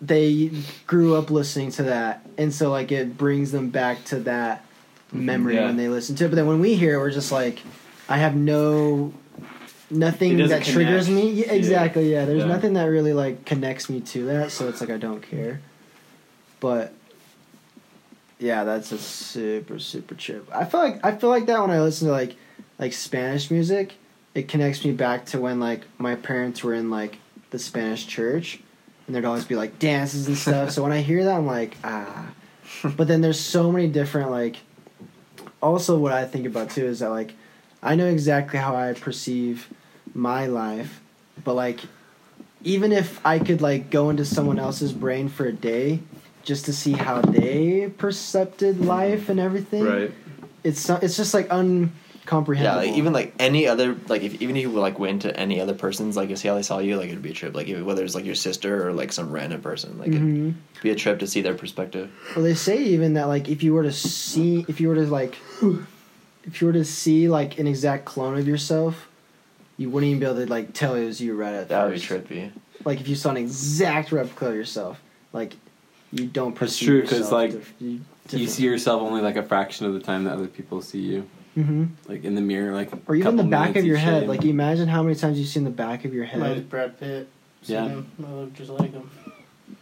Speaker 2: they grew up listening to that, and so like it brings them back to that memory
Speaker 4: Yeah.
Speaker 2: when they listen to it. But then when we hear it, we're just like, I have no
Speaker 4: It
Speaker 2: nothing that
Speaker 4: doesn't
Speaker 2: triggers
Speaker 4: connect.
Speaker 2: me. Yeah,
Speaker 4: Yeah.
Speaker 2: exactly. Yeah, there's
Speaker 4: Yeah.
Speaker 2: nothing that really like connects me to that, so it's like I don't care. But yeah, that's a super super trip. I feel like I feel like that when I listen to like like Spanish music, it connects me back to when like my parents were in like the Spanish church, and there'd always be like dances and stuff. so when I hear that, I'm like ah. But then there's so many different like. Also, what I think about too is that like, I know exactly how I perceive my life, but like, even if I could like go into someone else's brain for a day just to see how they percepted life and everything.
Speaker 4: right?
Speaker 2: It's so- it's just like
Speaker 3: Yeah,
Speaker 2: uncomprehensible.
Speaker 3: like even like any other like if even if you like went to any other person's like if see how they saw you like it'd be a trip like if, whether it's like your sister or like some random person like
Speaker 2: Mhm.
Speaker 3: it'd be a trip to see their perspective.
Speaker 2: Well, they say even that like if you were to see, if you were to like, if you were to see like an exact clone of yourself, you wouldn't even be able to like tell it was you right at
Speaker 3: That would be
Speaker 2: first.
Speaker 3: trippy.
Speaker 2: Like if you saw an exact replica of yourself, like you don't
Speaker 4: That's
Speaker 2: perceive.
Speaker 4: true, 'cause,
Speaker 2: yourself
Speaker 4: like,
Speaker 2: dif- you,
Speaker 4: You see yourself only like a fraction of the time that other people see you,
Speaker 2: hmm
Speaker 4: like in the mirror, like
Speaker 2: or even the
Speaker 4: couple
Speaker 2: back
Speaker 4: minutes
Speaker 2: of your
Speaker 4: each
Speaker 2: head.
Speaker 4: day.
Speaker 2: Like imagine how many times you see in the back of your
Speaker 7: Mine is
Speaker 2: head.
Speaker 7: Brad Pitt. See
Speaker 4: Yeah.
Speaker 7: him? I look just like him.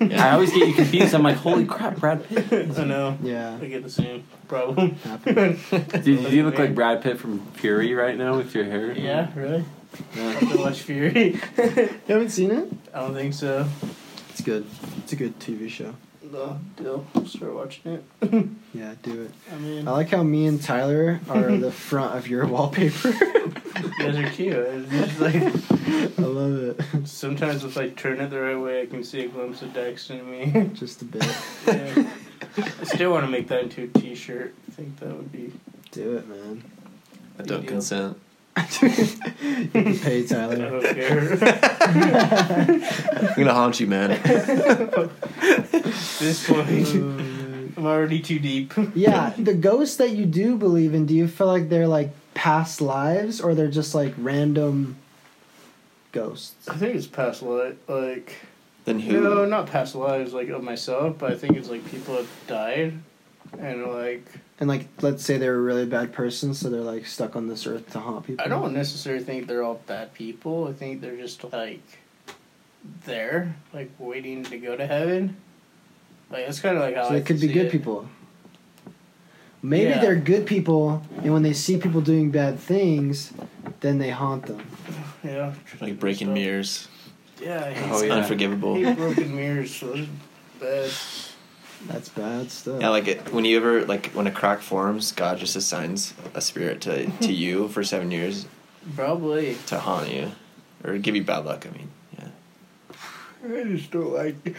Speaker 4: I always get you confused. I'm like, holy crap, Brad Pitt.
Speaker 7: I know.
Speaker 2: Yeah,
Speaker 7: I get the same problem.
Speaker 2: happen.
Speaker 4: Dude, you look like Brad Pitt from Fury right now with your hair.
Speaker 7: yeah, really? I
Speaker 4: Yeah.
Speaker 7: have to watch Fury.
Speaker 2: you haven't seen it?
Speaker 7: I don't think so.
Speaker 2: It's good. It's a good TV show.
Speaker 7: No, deal. I'll start watching it.
Speaker 2: Yeah, do it.
Speaker 7: I mean,
Speaker 2: I like how me and Tyler are the front of your wallpaper.
Speaker 7: you guys are cute. It's just like,
Speaker 2: I love it.
Speaker 7: sometimes if I turn it the right way, I can see a glimpse of Daxton in me.
Speaker 2: Just a bit.
Speaker 7: Yeah. I still want to make that into a t shirt. I think that would be.
Speaker 2: Do it, man.
Speaker 3: Adult
Speaker 7: deal.
Speaker 3: consent.
Speaker 2: you can pay
Speaker 7: I
Speaker 2: Tyler.
Speaker 7: don't care.
Speaker 3: I'm gonna haunt you, man.
Speaker 7: this point, I'm already too deep.
Speaker 2: yeah, the ghosts that you do believe in, do you feel like they're like past lives or they're just like random ghosts?
Speaker 7: I think it's past life. Like,
Speaker 3: Then who?
Speaker 7: no, not past lives, like of myself, but I think it's like people have died and like.
Speaker 2: And like, let's say they're a really bad person, so they're like stuck on this earth to haunt people.
Speaker 7: I don't necessarily think they're all bad people. I think they're just like there, like waiting to go to heaven. Like that's kind of like how
Speaker 2: So
Speaker 7: I
Speaker 2: they could be
Speaker 7: see
Speaker 2: good
Speaker 7: it.
Speaker 2: people. Maybe
Speaker 7: Yeah.
Speaker 2: they're good people, and when they see people doing bad things, then they haunt them.
Speaker 7: Yeah,
Speaker 3: Like breaking
Speaker 7: Stuff.
Speaker 3: mirrors.
Speaker 7: Yeah, I hate,
Speaker 4: Oh,
Speaker 3: It's
Speaker 4: yeah.
Speaker 3: unforgivable.
Speaker 7: I hate broken mirrors. So those are bad.
Speaker 2: That's bad stuff.
Speaker 3: Yeah, like it, when you ever like when a crack forms, God just assigns a spirit to to you for seven years
Speaker 7: Probably.
Speaker 3: to haunt you, or give you bad luck. I mean, yeah.
Speaker 7: I just don't like.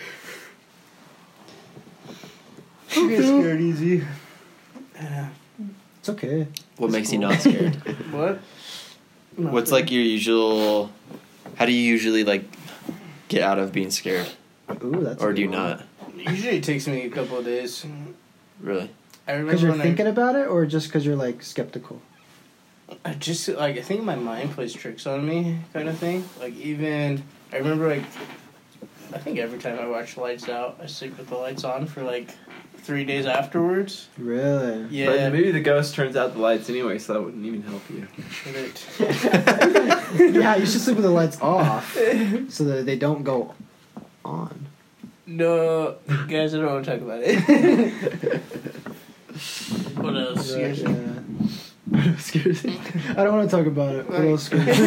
Speaker 7: I get scared easy. Yeah.
Speaker 2: it's okay.
Speaker 3: What makes you not scared?
Speaker 7: What?
Speaker 3: What's like your usual? How do you usually like get out of being scared,
Speaker 2: Ooh, that's. a
Speaker 3: or do you
Speaker 2: good one.
Speaker 3: not
Speaker 7: Usually it takes me a couple of days.
Speaker 3: really?
Speaker 7: I
Speaker 2: Because
Speaker 7: remember
Speaker 2: you're
Speaker 7: when I
Speaker 2: thinking about it, or just because you're like skeptical.
Speaker 7: I just like I think my mind plays tricks on me, kind of thing. Like even I remember like I think every time I watch Lights Out, I sleep with the lights on for like three days afterwards.
Speaker 2: Really?
Speaker 7: Yeah,
Speaker 4: maybe the ghost turns out the lights anyway, so that wouldn't even help you.
Speaker 7: but it-
Speaker 2: yeah, you should sleep with the lights off so that they don't go on.
Speaker 7: no, guys, I don't want to talk about it. what else?
Speaker 2: Yeah,
Speaker 7: Seriously.
Speaker 2: yeah. What scares you? I don't want to talk about it. What else scares you?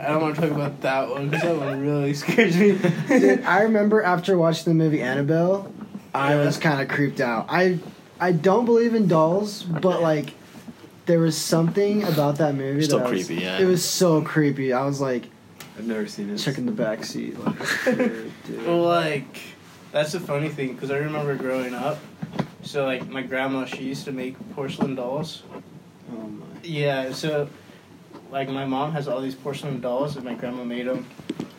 Speaker 7: I don't want to talk about that one because that one really scares me.
Speaker 2: Dude, I remember after watching the movie Annabelle, I
Speaker 7: Yeah.
Speaker 2: was kind of creeped out. I I don't believe in dolls, but like there was something about that movie
Speaker 3: Still
Speaker 2: that I was-
Speaker 3: creepy, yeah.
Speaker 2: It was so creepy. I was like
Speaker 4: I've never seen it.
Speaker 2: checking the back seat, like, dude,
Speaker 7: Well,
Speaker 2: dude.
Speaker 7: like, that's the funny thing because I remember growing up. So, like, my grandma, she used to make porcelain dolls.
Speaker 2: oh my.
Speaker 7: Yeah, so, like, my mom has all these porcelain dolls, and my grandma made them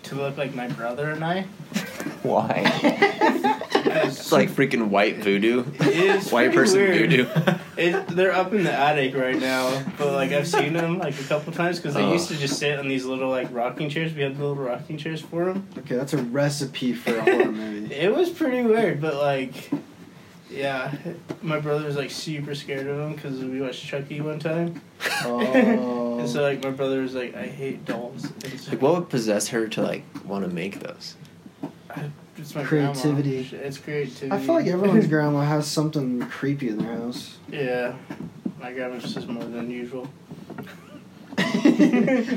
Speaker 7: to look like my brother and I.
Speaker 3: Why? it's like freaking white voodoo.
Speaker 7: It's
Speaker 3: White person
Speaker 7: weird.
Speaker 3: voodoo.
Speaker 7: It, they're up in the attic right now, but, like, I've seen them, like, a couple times because they
Speaker 3: Oh.
Speaker 7: used to just sit on these little, like, rocking chairs. We had the little rocking chairs for them.
Speaker 2: Okay, that's a recipe for a horror movie.
Speaker 7: It was pretty weird, but like, yeah, my brother was like super scared of him because we watched Chucky one time,
Speaker 2: Oh.
Speaker 7: and so like my brother was like, I hate dolls. And so-
Speaker 3: Like, what would possess her to like want to make those?
Speaker 7: It's my
Speaker 2: Creativity.
Speaker 7: grandma. It's creativity.
Speaker 2: I feel like everyone's grandma has something creepy in their house.
Speaker 7: yeah, my grandma's just more than usual.
Speaker 3: I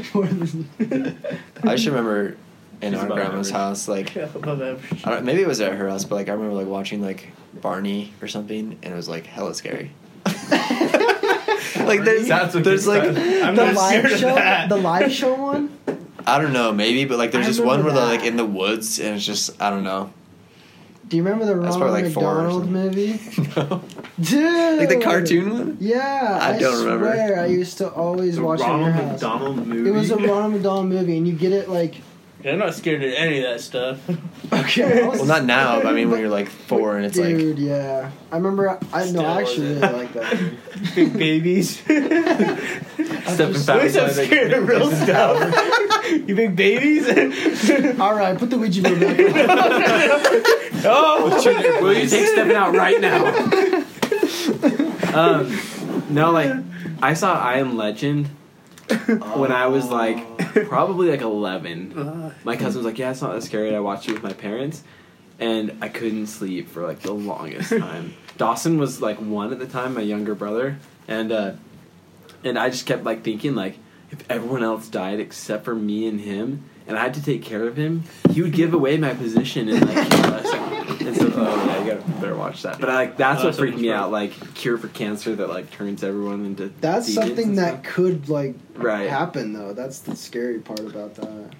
Speaker 3: just remember in
Speaker 4: She's
Speaker 3: our
Speaker 4: about
Speaker 3: grandma's
Speaker 4: average.
Speaker 3: house, like
Speaker 7: Above average.
Speaker 3: I don't, maybe it was at her house, but like I remember like watching like Barney or something, and it was like hella scary. like there's
Speaker 4: That's what
Speaker 3: there's
Speaker 4: gets
Speaker 3: like
Speaker 4: me.
Speaker 7: I'm
Speaker 2: the
Speaker 7: not scared
Speaker 2: live
Speaker 7: of
Speaker 2: show,
Speaker 7: that.
Speaker 2: the live show one.
Speaker 3: I don't know maybe, but like there's
Speaker 2: I
Speaker 3: this one where
Speaker 2: remember
Speaker 3: they're like
Speaker 2: that.
Speaker 3: in the woods and it's just I don't know.
Speaker 2: Do you remember the
Speaker 8: That's
Speaker 2: Ronald
Speaker 8: probably like four or
Speaker 2: McDonald
Speaker 8: something.
Speaker 2: movie?
Speaker 8: no.
Speaker 2: Dude,
Speaker 8: Like the cartoon one?
Speaker 2: Yeah,
Speaker 8: I
Speaker 2: I,
Speaker 8: don't
Speaker 2: swear
Speaker 8: remember.
Speaker 2: I used to always
Speaker 9: The
Speaker 2: watch it in
Speaker 9: Ronald
Speaker 2: your house.
Speaker 9: McDonald movie.
Speaker 2: It was a Ronald McDonald movie, and you get it like
Speaker 10: Yeah, I'm not scared of any of that stuff.
Speaker 2: okay. I was-
Speaker 8: Well, not now, but I mean when you're like four and it's like.
Speaker 2: dude, yeah. I remember. I, I no,
Speaker 10: Still
Speaker 2: I actually
Speaker 10: wasn't.
Speaker 2: really like that. Movie.
Speaker 10: Big babies.
Speaker 4: Stepping
Speaker 2: just-
Speaker 4: back.
Speaker 10: At least I'm scared of real stuff. you big babies?
Speaker 2: All right, put the Ouija board back. on.
Speaker 10: oh!
Speaker 4: Will you take stepping out right now? um, no, like I saw I Am Legend when I was like probably like eleven. My cousin was like, "Yeah, it's not that scary." I watched it with my parents, and I couldn't sleep for like the longest time. Dawson was like one at the time, my younger brother, and uh, and I just kept like thinking like if everyone else died except for me and him, and I had to take care of him, he would give away my position and like kill us. And so, oh yeah, you gotta better watch that. But I, like that's
Speaker 10: Oh,
Speaker 4: what freaked
Speaker 10: something's
Speaker 4: me
Speaker 10: wrong.
Speaker 4: out, like cure for cancer that like turns everyone into
Speaker 2: That's
Speaker 4: demons
Speaker 2: something
Speaker 4: and
Speaker 2: that could like
Speaker 4: stuff. right.
Speaker 2: happen though. That's the scary part about that.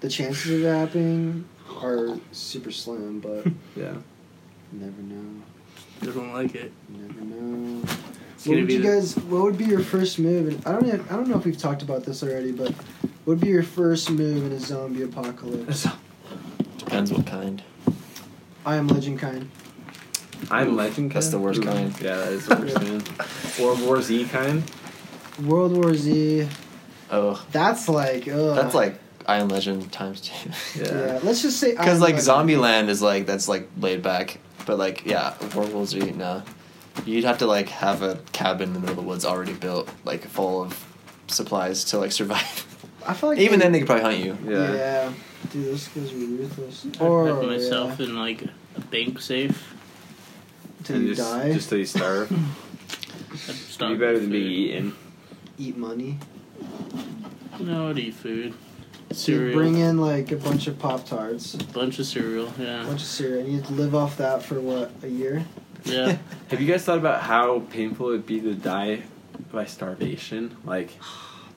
Speaker 2: The chances of it happening are super slim, but you
Speaker 4: Yeah.
Speaker 2: never know.
Speaker 7: I don't like it.
Speaker 2: You never know.
Speaker 7: It's
Speaker 2: What
Speaker 7: gonna
Speaker 2: would
Speaker 7: be
Speaker 2: you
Speaker 7: the-
Speaker 2: guys? What would be your first move? And I don't. Know, I don't know if we've talked about this already, but what would be your first move in a zombie apocalypse?
Speaker 8: Depends what kind.
Speaker 2: I am Legend kind.
Speaker 4: I'm legend.
Speaker 8: That's
Speaker 4: kinda?
Speaker 8: the worst
Speaker 4: Ooh.
Speaker 8: kind.
Speaker 4: Yeah, that is the worst kind. World War Z kind.
Speaker 2: World War Z.
Speaker 8: Oh,
Speaker 2: That's like. Ugh.
Speaker 8: that's like Iron Legend times two.
Speaker 2: Yeah. Let's just say. I
Speaker 8: Because
Speaker 2: Am
Speaker 8: like
Speaker 2: Legend.
Speaker 8: Zombieland is like that's like laid back, but like yeah, World War Z, no, you'd have to like have a cabin in the middle of the woods already built, like full of supplies to like survive.
Speaker 2: I feel like
Speaker 8: Even then, they could probably hunt you.
Speaker 2: Yeah.
Speaker 4: Yeah.
Speaker 2: Dude, those guys were ruthless.
Speaker 7: I put
Speaker 2: Or
Speaker 7: myself
Speaker 2: yeah,
Speaker 7: in like a bank safe.
Speaker 2: till
Speaker 4: And
Speaker 2: you
Speaker 4: just,
Speaker 2: die,
Speaker 4: Just till you starve.
Speaker 7: I'd stock
Speaker 4: you better than
Speaker 7: food.
Speaker 4: being eaten.
Speaker 2: eat money.
Speaker 7: No, I'd eat food.
Speaker 2: So you
Speaker 7: Cereal.
Speaker 2: bring in like a bunch of pop tarts,
Speaker 7: bunch of cereal.
Speaker 2: a
Speaker 7: Yeah.
Speaker 2: bunch of cereal, and you live off that for what a year.
Speaker 7: Yeah.
Speaker 4: Have you guys thought about how painful it would be to die by starvation? Like,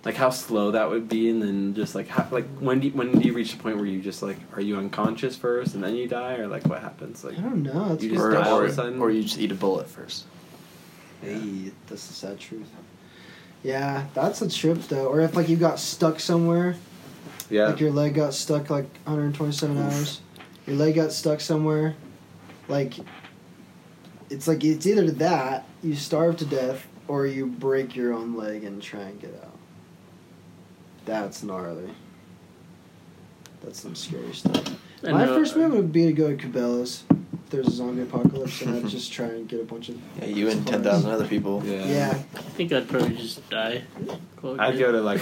Speaker 4: like how slow that would be, and then just like how, like when do you, when do you reach the point where you just like are you unconscious first and then you die, or like what happens? Like,
Speaker 2: I don't know. That's
Speaker 4: You
Speaker 2: what-
Speaker 4: just
Speaker 8: Or,
Speaker 4: die all
Speaker 8: or,
Speaker 4: of a sudden?
Speaker 8: or you just eat a bullet first.
Speaker 2: Hey, that's the sad truth. Yeah, that's a trip though. Or if like you got stuck somewhere,
Speaker 4: yeah,
Speaker 2: like your leg got stuck like 127 hours, your leg got stuck somewhere, like it's like it's either that you starve to death or you break your own leg and try and get out. That's gnarly. That's some scary stuff.
Speaker 7: I
Speaker 2: My
Speaker 7: know-
Speaker 2: first move would be to go to Cabela's. If there's a zombie apocalypse, and I'd just try and get a bunch of
Speaker 8: Yeah, you and
Speaker 2: supplies.
Speaker 8: ten thousand other people.
Speaker 4: yeah.
Speaker 2: Yeah,
Speaker 7: I think I'd probably just die. Call it
Speaker 4: I'd
Speaker 7: good.
Speaker 4: go to like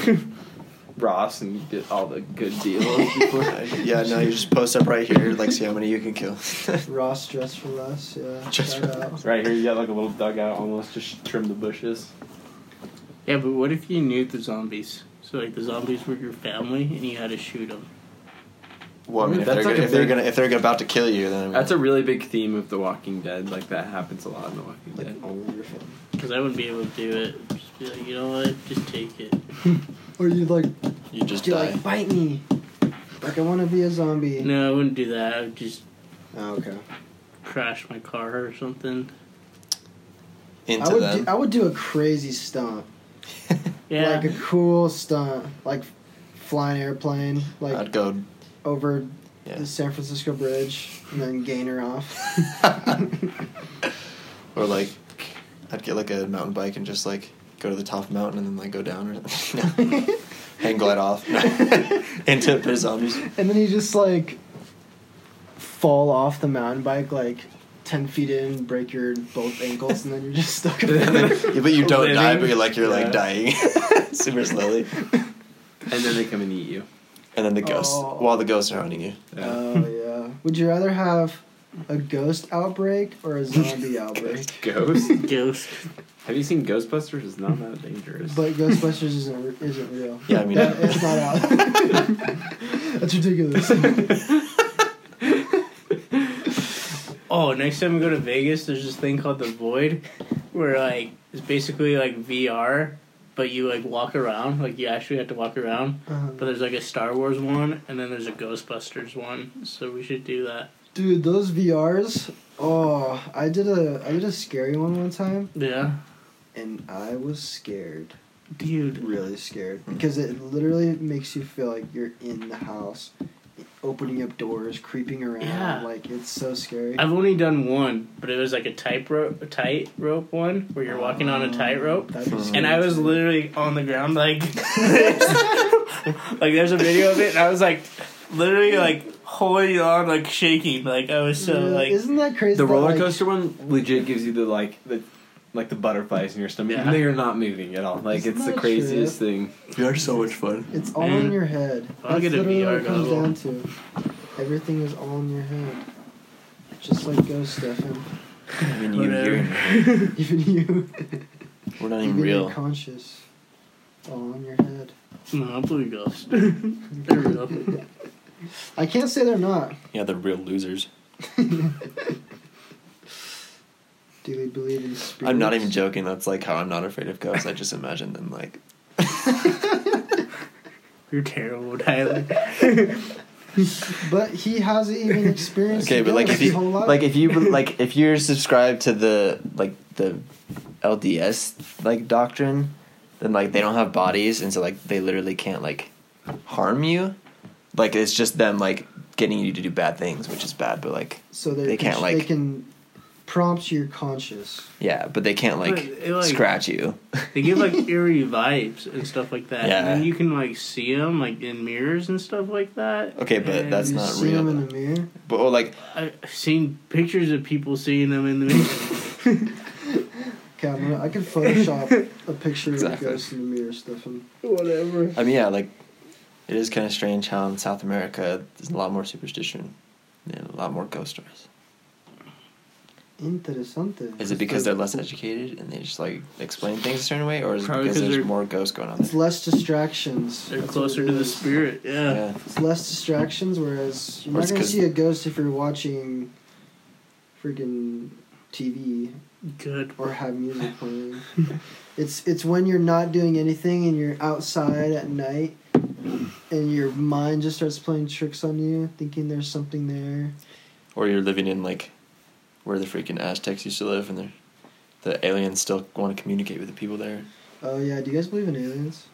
Speaker 4: Ross and get all the good deals. Before.
Speaker 8: Uh, yeah, no, you just post up right here, like see how many you can kill.
Speaker 2: Ross dress for less. Yeah,
Speaker 8: Dress
Speaker 2: shout
Speaker 8: for
Speaker 2: out.
Speaker 4: right here, you got like a little dugout, almost just trim the bushes.
Speaker 7: Yeah, but what if you knew the zombies? So like the zombies were your family, and you had to shoot them.
Speaker 8: well, I mean, if
Speaker 4: That's
Speaker 8: they're,
Speaker 4: like
Speaker 8: go-
Speaker 4: a
Speaker 8: if they're
Speaker 4: big-
Speaker 8: gonna if they're about to kill you, then I mean,
Speaker 4: That's a really big theme of The Walking Dead. Like that happens a lot in The Walking
Speaker 2: Like oh,
Speaker 4: Dead.
Speaker 2: only your family.
Speaker 7: Because I wouldn't be able to do it. Just be like, you know what? Just take it.
Speaker 2: Or you like
Speaker 8: you just
Speaker 2: you
Speaker 8: die.
Speaker 2: like bite me. Like I want to be a zombie.
Speaker 7: No, I wouldn't do that. I would just
Speaker 2: Oh, okay.
Speaker 7: crash my car or something.
Speaker 2: I
Speaker 8: into
Speaker 2: would
Speaker 8: them.
Speaker 2: do, I would do a crazy stunt,
Speaker 7: Yeah.
Speaker 2: like a cool stunt, like fly an airplane, like
Speaker 8: I'd go.
Speaker 2: over
Speaker 8: Yeah.
Speaker 2: the San Francisco Bridge and then gain her off.
Speaker 8: or like, I'd get like a mountain bike and just like go to the top of the mountain and then like go down or something. hang glide off into the zombies.
Speaker 2: And then you just like fall off the mountain bike like ten feet in, break your both ankles, and then you're just stuck.
Speaker 8: And then, yeah, but you don't
Speaker 4: Living.
Speaker 8: die, but you're like you're
Speaker 4: Yeah.
Speaker 8: like dying super slowly.
Speaker 4: And then they come and eat you.
Speaker 8: And then the ghosts,
Speaker 2: Oh.
Speaker 8: while the ghosts are hunting you,
Speaker 2: Oh yeah. Would you rather have a ghost outbreak or a zombie outbreak?
Speaker 4: Ghost?
Speaker 7: Ghost.
Speaker 4: Have you seen Ghostbusters? It's not that dangerous.
Speaker 2: But Ghostbusters isn't re- isn't real.
Speaker 8: Yeah, I mean-
Speaker 2: That- it's not out. That's ridiculous.
Speaker 7: Oh, next time we go to Vegas, there's this thing called the Void, where like it's basically like VR, but you like walk around. Like you actually have to walk around.
Speaker 2: Um,
Speaker 7: But there's like a Star Wars one, and then there's a Ghostbusters one. So we should do that.
Speaker 2: Dude, those VRs. Oh, I did a I did a scary one one time,
Speaker 6: Yeah.
Speaker 2: and I was scared,
Speaker 6: Dude.
Speaker 2: really scared, because it literally makes you feel like you're in the house, opening up doors, creeping around.
Speaker 6: Yeah.
Speaker 2: Like it's so scary.
Speaker 6: I've only done one, but it was like a tight rope, a tight rope one where you're walking
Speaker 2: Mm.
Speaker 6: on a tightrope.
Speaker 2: Oh, That'd be
Speaker 3: And
Speaker 6: And I
Speaker 2: scary,
Speaker 6: was
Speaker 2: too.
Speaker 6: literally on the ground, like, like there's a video of it, and I was like, literally like holding on, like shaking, like I was so
Speaker 2: Yeah,
Speaker 6: like,
Speaker 2: isn't that crazy?
Speaker 4: The
Speaker 2: that,
Speaker 4: roller
Speaker 2: like,
Speaker 4: coaster one legit gives you the like the like the butterflies in your stomach.
Speaker 6: Yeah.
Speaker 4: and They are not moving at all. Like
Speaker 2: Isn't
Speaker 4: it's
Speaker 2: that
Speaker 4: the
Speaker 2: shit?
Speaker 4: craziest thing.
Speaker 3: You are so much fun.
Speaker 2: It's all
Speaker 6: Man.
Speaker 2: in your head.
Speaker 6: Mm. I'll
Speaker 2: That's
Speaker 6: get a
Speaker 2: literally
Speaker 6: VR
Speaker 2: what it comes
Speaker 6: goggles.
Speaker 2: down to. Everything is all in your head. Just like Ghost Stefan.
Speaker 3: I mean, you
Speaker 6: Whatever.
Speaker 3: here.
Speaker 2: Even you.
Speaker 3: We're not even
Speaker 2: Even your
Speaker 3: real.
Speaker 2: conscious. All in your head.
Speaker 6: no, I'm blue ghost. They're real.
Speaker 2: I can't say they're not.
Speaker 3: Yeah, they're real losers.
Speaker 2: Do they believe in spirits?
Speaker 3: I'm not even joking. That's like how I'm not afraid of ghosts. I just imagine them like
Speaker 6: You're terrible, Tyler.
Speaker 2: But he hasn't even experienced.
Speaker 3: okay, but like
Speaker 2: ghosts
Speaker 3: if
Speaker 2: his
Speaker 3: you
Speaker 2: whole life.
Speaker 3: like if you like if you're subscribed to the like the LDS like doctrine, then like they don't have bodies, and so like they literally can't like harm you. Like it's just them like getting you to do bad things, which is bad. But like
Speaker 2: so they're-
Speaker 3: they can't,
Speaker 2: they
Speaker 3: like-
Speaker 2: can prompt your conscious.
Speaker 3: yeah, but they can't like,
Speaker 6: But it, like-
Speaker 3: scratch you.
Speaker 6: They give like eerie vibes and stuff like that.
Speaker 3: Yeah.
Speaker 6: And then you can like see them like in mirrors and stuff like that.
Speaker 3: Okay, but
Speaker 6: And
Speaker 3: that's
Speaker 2: you
Speaker 3: not
Speaker 2: see
Speaker 3: real,
Speaker 2: him in
Speaker 3: though.
Speaker 2: the mirror.
Speaker 3: But or like
Speaker 6: I've seen pictures of people seeing them in the mirror.
Speaker 2: Okay, I'm gonna, I could Photoshop a picture
Speaker 3: Exactly.
Speaker 2: of a ghost in the mirror, Stefan.
Speaker 6: Whatever.
Speaker 3: I mean, yeah, like it is kind of strange how in South America there's a lot more superstition and a lot more ghost stories.
Speaker 2: Interesante.
Speaker 3: Is it because they're less educated and they just like explain things a certain way, or is it
Speaker 6: Probably
Speaker 3: because
Speaker 6: 'cause
Speaker 3: there's
Speaker 6: they're-
Speaker 3: more ghosts going on?
Speaker 2: It's
Speaker 3: There?
Speaker 2: less distractions.
Speaker 6: They're
Speaker 2: That's
Speaker 6: closer
Speaker 2: what it
Speaker 6: to the
Speaker 2: is.
Speaker 6: spirit. Yeah.
Speaker 3: Yeah,
Speaker 2: It's less distractions, whereas you're
Speaker 3: Or
Speaker 2: not
Speaker 3: it's
Speaker 2: gonna
Speaker 3: 'cause-
Speaker 2: see a ghost if you're watching freaking TV
Speaker 6: Good.
Speaker 2: or have music playing. it's it's when you're not doing anything and you're outside at night and your mind just starts playing tricks on you, thinking there's something there.
Speaker 3: or you're living in like where the freaking Aztecs used to live, and they're, the aliens still want to communicate with the people there.
Speaker 2: Oh yeah, do you guys believe in aliens?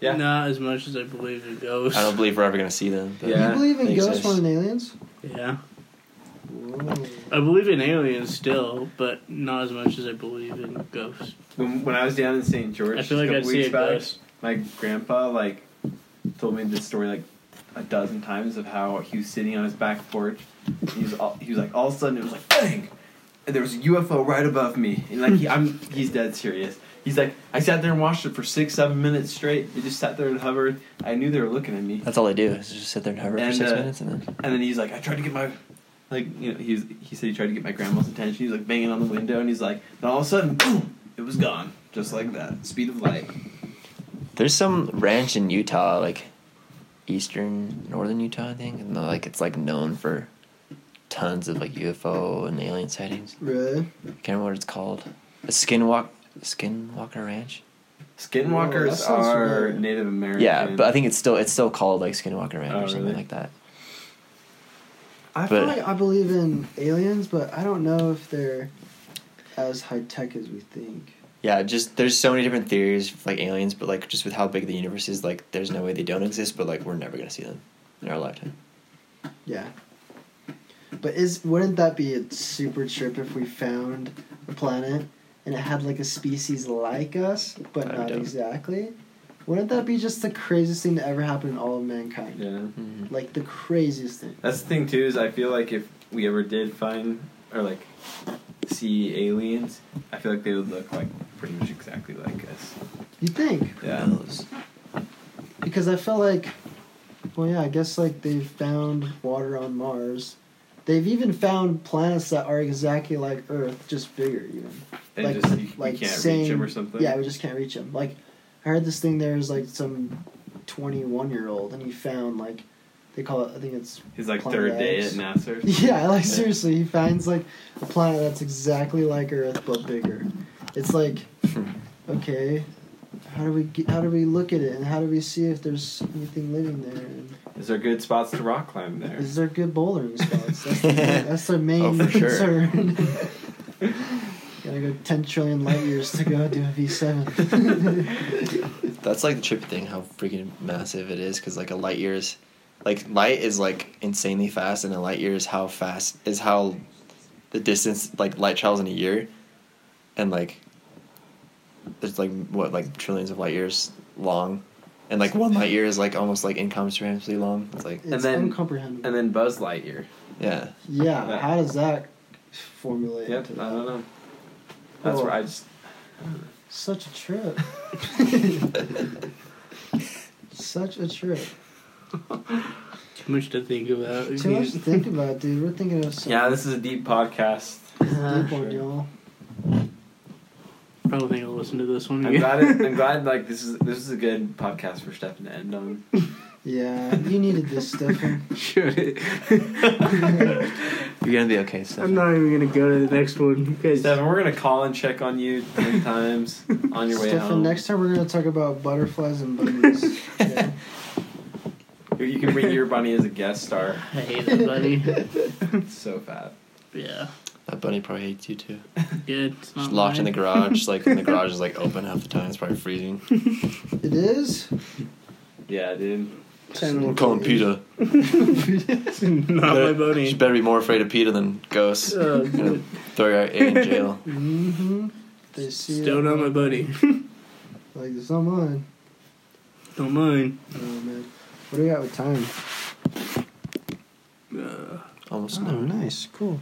Speaker 4: Yeah.
Speaker 6: Not as much as I believe in ghosts.
Speaker 3: I don't believe we're ever gonna see them. But
Speaker 4: Yeah.
Speaker 2: you believe in
Speaker 3: they
Speaker 2: ghosts
Speaker 3: exist.
Speaker 2: more than aliens?
Speaker 6: Yeah.
Speaker 2: Whoa.
Speaker 6: I believe in aliens still, but not as much as I believe in ghosts.
Speaker 4: When, when I was down in St. George,
Speaker 6: I feel like
Speaker 4: a
Speaker 6: I'd
Speaker 4: couple
Speaker 6: see
Speaker 4: weeks
Speaker 6: a
Speaker 4: back,
Speaker 6: ghost.
Speaker 4: my grandpa like told me this story like a dozen times of how he was sitting on his back porch. And he was all, he was like all of a sudden it was like bang, and there was a UFO right above me. And like he, I'm he's dead serious. He's like I sat there and watched it for six seven minutes straight. It just sat there and hovered. I knew they were looking at me.
Speaker 3: That's all they do is just sit there and hover
Speaker 4: And,
Speaker 3: for six
Speaker 4: uh,
Speaker 3: minutes, and then
Speaker 4: And then he's like I tried to get my like you know he's he said he tried to get my grandma's attention. He's like banging on the window and he's like then all of a sudden boom it was gone just like that speed of light.
Speaker 3: there's some ranch in Utah, like eastern northern Utah, I think, and like it's like known for tons of like UFO and alien sightings.
Speaker 2: Really?
Speaker 3: can't remember what it's called. A skinwalk, skinwalker ranch.
Speaker 2: Whoa, that
Speaker 4: Skinwalkers
Speaker 2: sounds
Speaker 4: are
Speaker 2: familiar.
Speaker 4: Native American.
Speaker 3: Yeah, but I think it's still it's still called like skinwalker ranch
Speaker 4: Oh,
Speaker 3: or something
Speaker 4: really?
Speaker 3: like that.
Speaker 2: I feel
Speaker 3: But-
Speaker 2: like I believe in aliens, but I don't know if they're as high tech as we think.
Speaker 3: Yeah, just there's so many different theories of, like aliens, but like just with how big the universe is, like there's no way they don't exist, but like we're never gonna see them in our lifetime.
Speaker 2: Yeah. But is wouldn't that be a super trip if we found a planet and it had like a species like us, but
Speaker 3: I
Speaker 2: not
Speaker 3: don't.
Speaker 2: exactly? Wouldn't that be just the craziest thing to ever happen in all of mankind?
Speaker 4: Yeah.
Speaker 3: Mhm.
Speaker 2: Like the craziest thing.
Speaker 4: That's the thing too is I feel like if we ever did find or like see aliens, I feel like they would look like pretty much exactly like us.
Speaker 2: You think?
Speaker 4: Yeah.
Speaker 3: Who knows?
Speaker 2: Because I feel like, well, yeah, I guess like they've found water on Mars. They've even found planets that are exactly like Earth, just bigger even.
Speaker 4: And
Speaker 2: Like-
Speaker 4: just you, you
Speaker 2: like
Speaker 4: can't
Speaker 2: saying-
Speaker 4: reach them or something.
Speaker 2: Yeah, we just can't reach him. Like, I heard this thing. There's like some twenty-one-year-old, and he found like they call it. I think it's
Speaker 4: His like
Speaker 2: Planet
Speaker 4: third day at
Speaker 2: X.
Speaker 4: NASA. or something.
Speaker 2: yeah. Like seriously, he finds like a planet that's exactly like Earth but bigger. It's like, okay, how do we get, how do we look at it, and how do we see if there's anything living there? And
Speaker 4: Is there good spots to rock climb there?
Speaker 2: Is there good bouldering spots? That's the, that's the main
Speaker 4: Oh, for sure.
Speaker 2: concern. Gotta go 10 trillion light years to go do a V7.
Speaker 3: That's like the trippy thing, how freaking massive it is. Because like a light year is, like light is like insanely fast, and a light year is how fast is how the distance like light travels in a year, and like there's like what like trillions of light years long, and like one light year is like almost like incomprehensibly long. It's like
Speaker 2: It's
Speaker 4: And then-
Speaker 2: incomprehensible.
Speaker 4: And then Buzz Lightyear.
Speaker 3: yeah,
Speaker 2: yeah,
Speaker 4: that-
Speaker 2: how does that formulate?
Speaker 4: Yep, I don't know. That's
Speaker 2: Well,
Speaker 4: where I just
Speaker 2: Such a trip. Such a trip.
Speaker 7: Too much to think about.
Speaker 2: Too much to think about, dude. We're thinking of some
Speaker 4: yeah. This is a deep podcast.
Speaker 6: Uh,
Speaker 2: deep one,
Speaker 4: sure.
Speaker 2: y'all.
Speaker 7: I don't think I'll listen to this one
Speaker 4: I'm
Speaker 7: again.
Speaker 4: glad. It, I'm glad. Like this is this is a good podcast for Stefan to end on.
Speaker 2: Yeah, you needed this, Stefan.
Speaker 7: Should it?
Speaker 3: you're gonna be okay. Steph.
Speaker 7: I'm not even gonna go to the next one. You guys,
Speaker 4: Stefan, we're gonna call and check on you three times on your way
Speaker 2: Stefan,
Speaker 4: home.
Speaker 2: next time we're gonna talk about butterflies and bunnies. okay?
Speaker 4: you can bring your bunny as a guest star.
Speaker 7: I hate that, buddy.
Speaker 4: It's so fat.
Speaker 7: yeah,
Speaker 3: That bunny probably hates you too. Uh,
Speaker 7: good. It's
Speaker 3: Just
Speaker 7: not
Speaker 3: locked in the
Speaker 7: mine.
Speaker 3: garage, like and the garage is like open half the time. It's probably freezing.
Speaker 2: It is.
Speaker 4: Yeah, dude.
Speaker 3: I'm calling Peter.
Speaker 7: not my bunny.
Speaker 3: She better be more afraid of Peter than ghosts.
Speaker 2: Oh,
Speaker 7: Uh,
Speaker 3: Gonna throw your in jail.
Speaker 2: Mm-hmm. They see
Speaker 7: Still
Speaker 2: it.
Speaker 7: not my buddy.
Speaker 2: Like it's not mine.
Speaker 7: Don't mind.
Speaker 2: Oh man, what do we got with time?
Speaker 7: Uh,
Speaker 3: Almost
Speaker 2: Oh,
Speaker 3: no.
Speaker 2: nice, cool.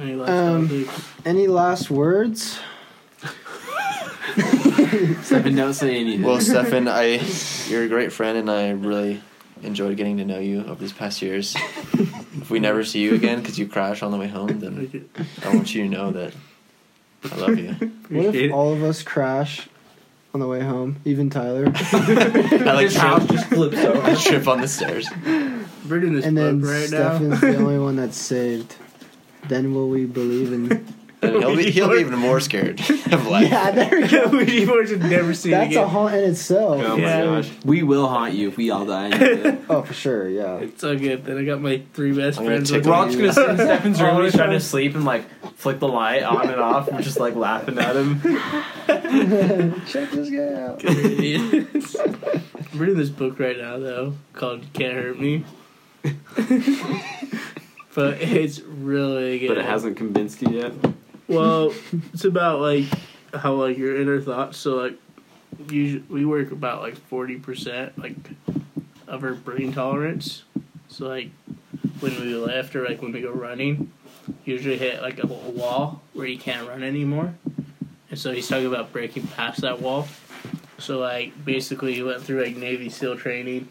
Speaker 7: any last
Speaker 2: Um,
Speaker 7: topics?
Speaker 2: Any last words?
Speaker 4: Stefan, don't say anything.
Speaker 3: Well, Stefan, I you're a great friend, and I really enjoyed getting to know you over these past years. if we never see you again because you crash on the way home, then
Speaker 7: Okay,
Speaker 3: I want you to know that I love you.
Speaker 2: What if
Speaker 7: appreciate it.
Speaker 2: all of us crash on the way home? Even Tyler,
Speaker 3: I like
Speaker 4: His house
Speaker 3: trip,
Speaker 4: just flips over.
Speaker 3: I trip on the stairs.
Speaker 7: We're reading this
Speaker 2: and then
Speaker 7: book right
Speaker 2: Stefan's the
Speaker 7: now.
Speaker 2: only one that's saved. Then will we believe in?
Speaker 3: And he'll be he'll be even more scared of life.
Speaker 2: there we
Speaker 7: Yeah, we should never see it
Speaker 2: That's
Speaker 7: again.
Speaker 2: a haunt in itself.
Speaker 4: Oh
Speaker 7: Yeah.
Speaker 4: my gosh. We will haunt you if we all die. We're
Speaker 2: Oh, for sure. Yeah.
Speaker 7: It's all good. Then I got my three best
Speaker 3: I'm gonna
Speaker 7: friends.
Speaker 3: take
Speaker 7: with
Speaker 3: all
Speaker 4: all
Speaker 7: me.
Speaker 4: just gonna sit in Stefan's room when he's
Speaker 7: Always
Speaker 4: trying to sleep and like flick the light on and off. We're just like laughing at him.
Speaker 2: Check this guy out.
Speaker 7: Yes. I'm reading this book right now though called Can't Hurt Me. but it's really good.
Speaker 4: But it hasn't convinced you yet.
Speaker 7: Well, it's about like how like your inner thoughts. So like, usually we work about like forty percent like of our brain tolerance. So like when we left or like when we go running, usually hit like a little wall where you can't run anymore. And so he's talking about breaking past that wall. So like basically he went through like Navy SEAL training,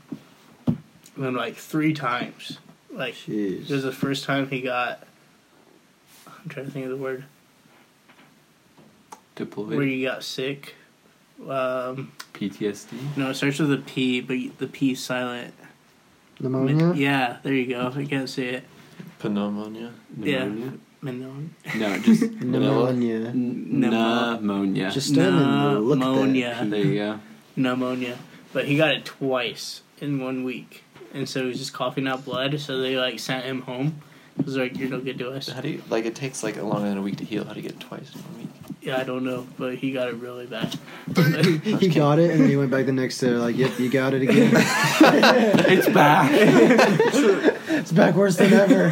Speaker 7: and then like three times, like this
Speaker 2: Jeez.
Speaker 7: is the first time he got. I'm trying to think of the word. Where
Speaker 11: Deployed.
Speaker 7: you got sick. Um,
Speaker 11: PTSD.
Speaker 7: no, it starts with a P, but the P is silent.
Speaker 2: Pneumonia.
Speaker 7: Yeah, there you go. I can't say it.
Speaker 3: Pneumonia.
Speaker 7: Yeah.
Speaker 11: Pneumonia.
Speaker 7: Menon-
Speaker 11: No, just
Speaker 2: Pneumonia.
Speaker 11: n-
Speaker 7: Pneumo-
Speaker 11: pneumonia.
Speaker 2: Just stand and look at
Speaker 7: Pneumonia.
Speaker 11: there you go.
Speaker 7: Pneumonia. But he got it twice in one week. And so he was just coughing out blood, so they like sent him home. Because like, you're no good to us.
Speaker 3: How do you like? It takes like longer than a week to heal. How do you get it twice in one week?
Speaker 7: Yeah, I don't know, but he got it really bad.
Speaker 2: that. He got it, and then he went back the next day. Like, yep, you got it again.
Speaker 4: It's back.
Speaker 2: It's backwards than ever.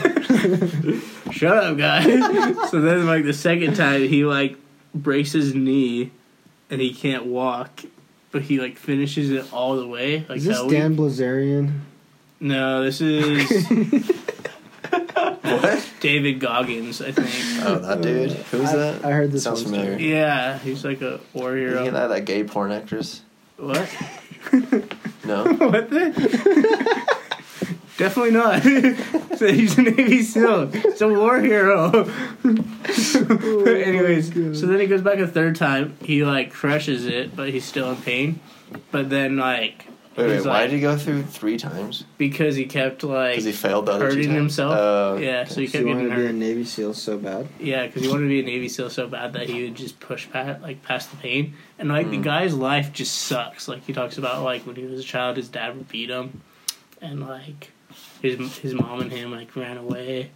Speaker 7: shut up guys so then like the second time he like breaks his knee and he can't walk but he like finishes it all the way like
Speaker 2: Is this
Speaker 7: that week-
Speaker 2: Dan Blazarian?
Speaker 7: no this is
Speaker 3: What?
Speaker 7: david goggins i think
Speaker 3: Oh, that dude. Who's
Speaker 2: I-
Speaker 3: that?
Speaker 2: I heard this
Speaker 3: Sounds
Speaker 2: one
Speaker 3: familiar.
Speaker 7: yeah he's like a war
Speaker 3: You get
Speaker 7: hero
Speaker 3: that, that gay porn actress?
Speaker 7: what
Speaker 3: No.
Speaker 7: what the definitely not so he's a navy seal he's a war hero
Speaker 2: Oh
Speaker 7: Anyways, so then he goes back a third time. He like crushes it, but he's still in pain. But then like
Speaker 3: Wait,
Speaker 7: he's
Speaker 3: wait. Why
Speaker 7: like-
Speaker 3: did he go through three times?
Speaker 7: because he kept like
Speaker 3: Because he failed the other two
Speaker 7: hurting
Speaker 3: times?
Speaker 7: himself.
Speaker 3: Oh,
Speaker 7: yeah, so he
Speaker 2: Do
Speaker 7: kept
Speaker 2: you want
Speaker 7: getting
Speaker 2: to be a
Speaker 7: hurt.
Speaker 2: Navy SEAL so bad?
Speaker 7: Yeah, because he wanted to be a Navy SEAL so bad that he would just push past like past the pain. And like the
Speaker 3: Mm.
Speaker 7: guy's life just sucks. Like he talks about like when he was a child, his dad would beat him, and like his his mom and him like ran away,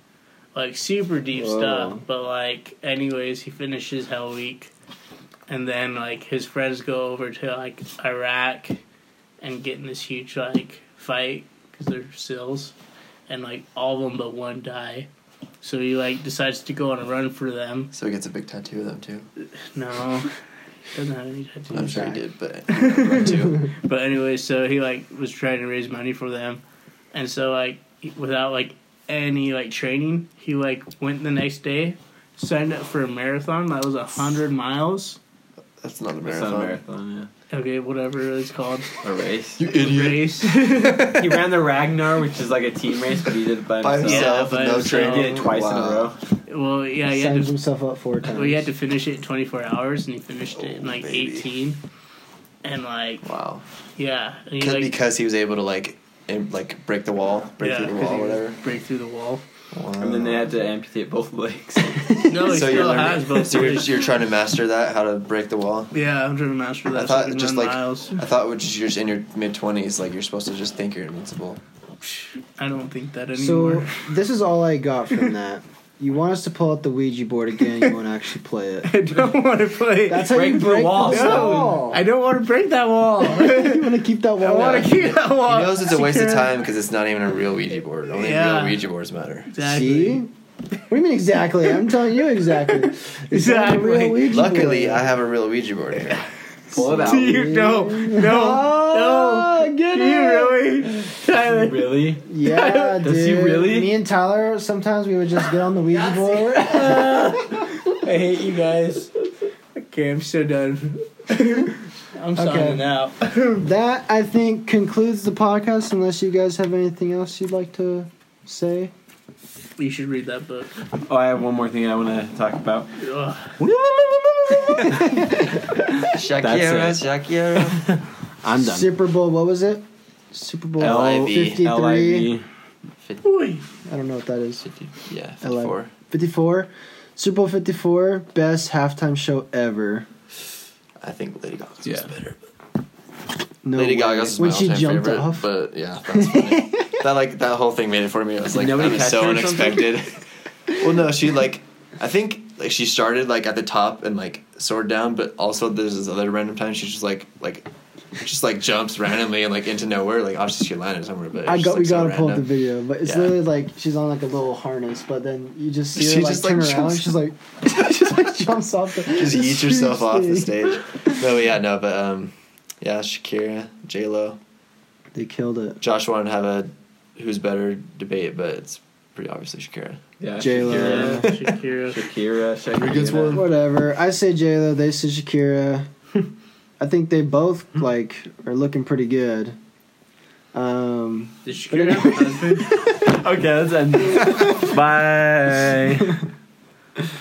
Speaker 7: like super deep stuff. But like, anyways, he finishes Hell Week, and then like his friends go over to like Iraq, and get in this huge like fight because they're sills, and like all of them but one die. So he like decides to go on a run for them.
Speaker 3: So he gets a big tattoo of them too.
Speaker 7: No, doesn't have any tattoos.
Speaker 3: I'm sure he did, but right too.
Speaker 7: But anyway, so he like was trying to raise money for them, and so like he- without like any like training, he like went the next day, signed up for a marathon that was a hundred miles.
Speaker 3: That's not a
Speaker 4: It's not
Speaker 3: marathon.
Speaker 4: a marathon,
Speaker 7: Okay, whatever it's called,
Speaker 4: yeah. A race.
Speaker 3: You idiot!
Speaker 7: race.
Speaker 4: he ran the Ragnar, which is like a team race, but he did it by,
Speaker 3: By
Speaker 4: himself.
Speaker 3: himself,
Speaker 7: by
Speaker 3: with no
Speaker 7: himself.
Speaker 3: training.
Speaker 4: He did it twice in a
Speaker 3: Wow.
Speaker 4: row.
Speaker 7: well, yeah, he had
Speaker 2: Signs
Speaker 7: to,
Speaker 2: himself up four times.
Speaker 7: well, he had to finish it in twenty four hours, and he finished it in
Speaker 3: Oh,
Speaker 7: like
Speaker 3: baby.
Speaker 7: eighteen. And like,
Speaker 3: Wow.
Speaker 7: yeah, and he
Speaker 3: Because-
Speaker 7: like
Speaker 3: because he was able to like, im- like break the wall, break
Speaker 7: yeah,
Speaker 3: through the
Speaker 7: 'cause
Speaker 3: wall,
Speaker 7: he
Speaker 3: whatever.
Speaker 7: break through the wall.
Speaker 4: And then they had to amputate both legs.
Speaker 7: No, he
Speaker 3: so you're
Speaker 7: still
Speaker 3: learning-
Speaker 7: has both.
Speaker 3: so you're,
Speaker 7: legs.
Speaker 3: you're trying to master that how to break the wall.
Speaker 7: yeah, I'm driven master.
Speaker 3: I
Speaker 7: That's
Speaker 3: thought
Speaker 7: fucking
Speaker 3: just
Speaker 7: nine
Speaker 3: like
Speaker 7: miles.
Speaker 3: I thought which is you're just in your mid twenties, like you're supposed to just think you're invincible.
Speaker 7: I don't think that
Speaker 2: So
Speaker 7: anymore.
Speaker 2: this is all I got from that. You want us to pull out the Ouija board again? You want to actually play it?
Speaker 7: I don't want to play.
Speaker 2: That's how
Speaker 4: Break
Speaker 2: you
Speaker 4: the
Speaker 2: break the
Speaker 4: wall.
Speaker 2: wall.
Speaker 4: No.
Speaker 7: I don't want to break that wall. I
Speaker 2: you want to keep that wall.
Speaker 7: want to keep that wall.
Speaker 3: He knows it's a waste of time because it's not even a real Ouija board. Only
Speaker 7: Yeah.
Speaker 3: real Ouija boards matter.
Speaker 7: Exactly.
Speaker 2: See? What do you mean exactly? I'm telling you exactly. It's not a real
Speaker 7: Exactly.
Speaker 2: Ouija
Speaker 3: Luckily,
Speaker 2: board.
Speaker 3: I have a real Ouija board here.
Speaker 4: Pull it out.
Speaker 7: Do you no no
Speaker 2: Ah,
Speaker 7: no?
Speaker 2: get
Speaker 7: Do
Speaker 2: it.
Speaker 7: you really, Tyler?
Speaker 4: Really?
Speaker 2: Yeah,
Speaker 4: Does he
Speaker 2: dude.
Speaker 4: really?
Speaker 2: Me and Tyler sometimes we would just get on the Ouija board.
Speaker 7: I hate you guys. Okay, I'm so done. I'm
Speaker 2: Okay.
Speaker 7: signing out.
Speaker 2: that I think concludes the podcast. Unless you guys have anything else you'd like to say.
Speaker 7: You should read that book.
Speaker 4: Oh, I have one more thing I want to talk about.
Speaker 7: Ugh.
Speaker 3: Shakira,
Speaker 4: That's
Speaker 3: Shakira.
Speaker 4: I'm done.
Speaker 2: Super Bowl. What was it? Super Bowl
Speaker 3: L-
Speaker 2: fifty three.
Speaker 4: LIV.
Speaker 7: Oi.
Speaker 2: I don't know what that is.
Speaker 3: Yeah,
Speaker 2: I like-
Speaker 3: 54.
Speaker 2: Fifty four. Super Bowl fifty four. Best halftime show ever.
Speaker 3: I think Lady Gaga's
Speaker 4: Yeah.
Speaker 3: was better.
Speaker 2: No
Speaker 3: Lady
Speaker 2: way.
Speaker 3: Gaga's is my
Speaker 2: when she
Speaker 3: all-time
Speaker 2: jumped
Speaker 3: favorite,
Speaker 2: off.
Speaker 3: but yeah, that's funny. that like that whole thing made it for me. It was like
Speaker 4: Nobody
Speaker 3: that was
Speaker 4: catch
Speaker 3: so
Speaker 4: her or something?
Speaker 3: unexpected. well, no, she like I think like she started like at the top and like soared down, but also there's this other random time she's just like like just like jumps randomly and like into nowhere. Like obviously she landed somewhere, but
Speaker 2: I
Speaker 3: it's just,
Speaker 2: got we
Speaker 3: like, so
Speaker 2: gotta pull up the
Speaker 3: random.
Speaker 2: video, but it's
Speaker 3: Yeah.
Speaker 2: literally like she's on like a little harness, but then you just see her
Speaker 3: She
Speaker 2: like
Speaker 3: just, like,
Speaker 2: turn around, and
Speaker 3: jumps-
Speaker 2: she's like, just like jumps off the
Speaker 3: Just
Speaker 2: this
Speaker 3: eats herself
Speaker 2: huge
Speaker 3: off the
Speaker 2: thing.
Speaker 3: stage. No, but yeah, no, but um, yeah, Shakira, J Lo,
Speaker 2: They killed it.
Speaker 3: Josh wanted to have a who's better debate, but it's pretty obviously Shakira.
Speaker 4: Yeah.
Speaker 2: J-Lo.
Speaker 7: Yeah,
Speaker 4: Shakira.
Speaker 7: Shakira.
Speaker 4: Shakira. Shakira.
Speaker 3: gets one?
Speaker 2: Whatever. I say J Lo. They say Shakira. I think they both like are looking pretty good. Um,
Speaker 7: Did Shakira have a husband?
Speaker 4: Okay, let's end. Bye.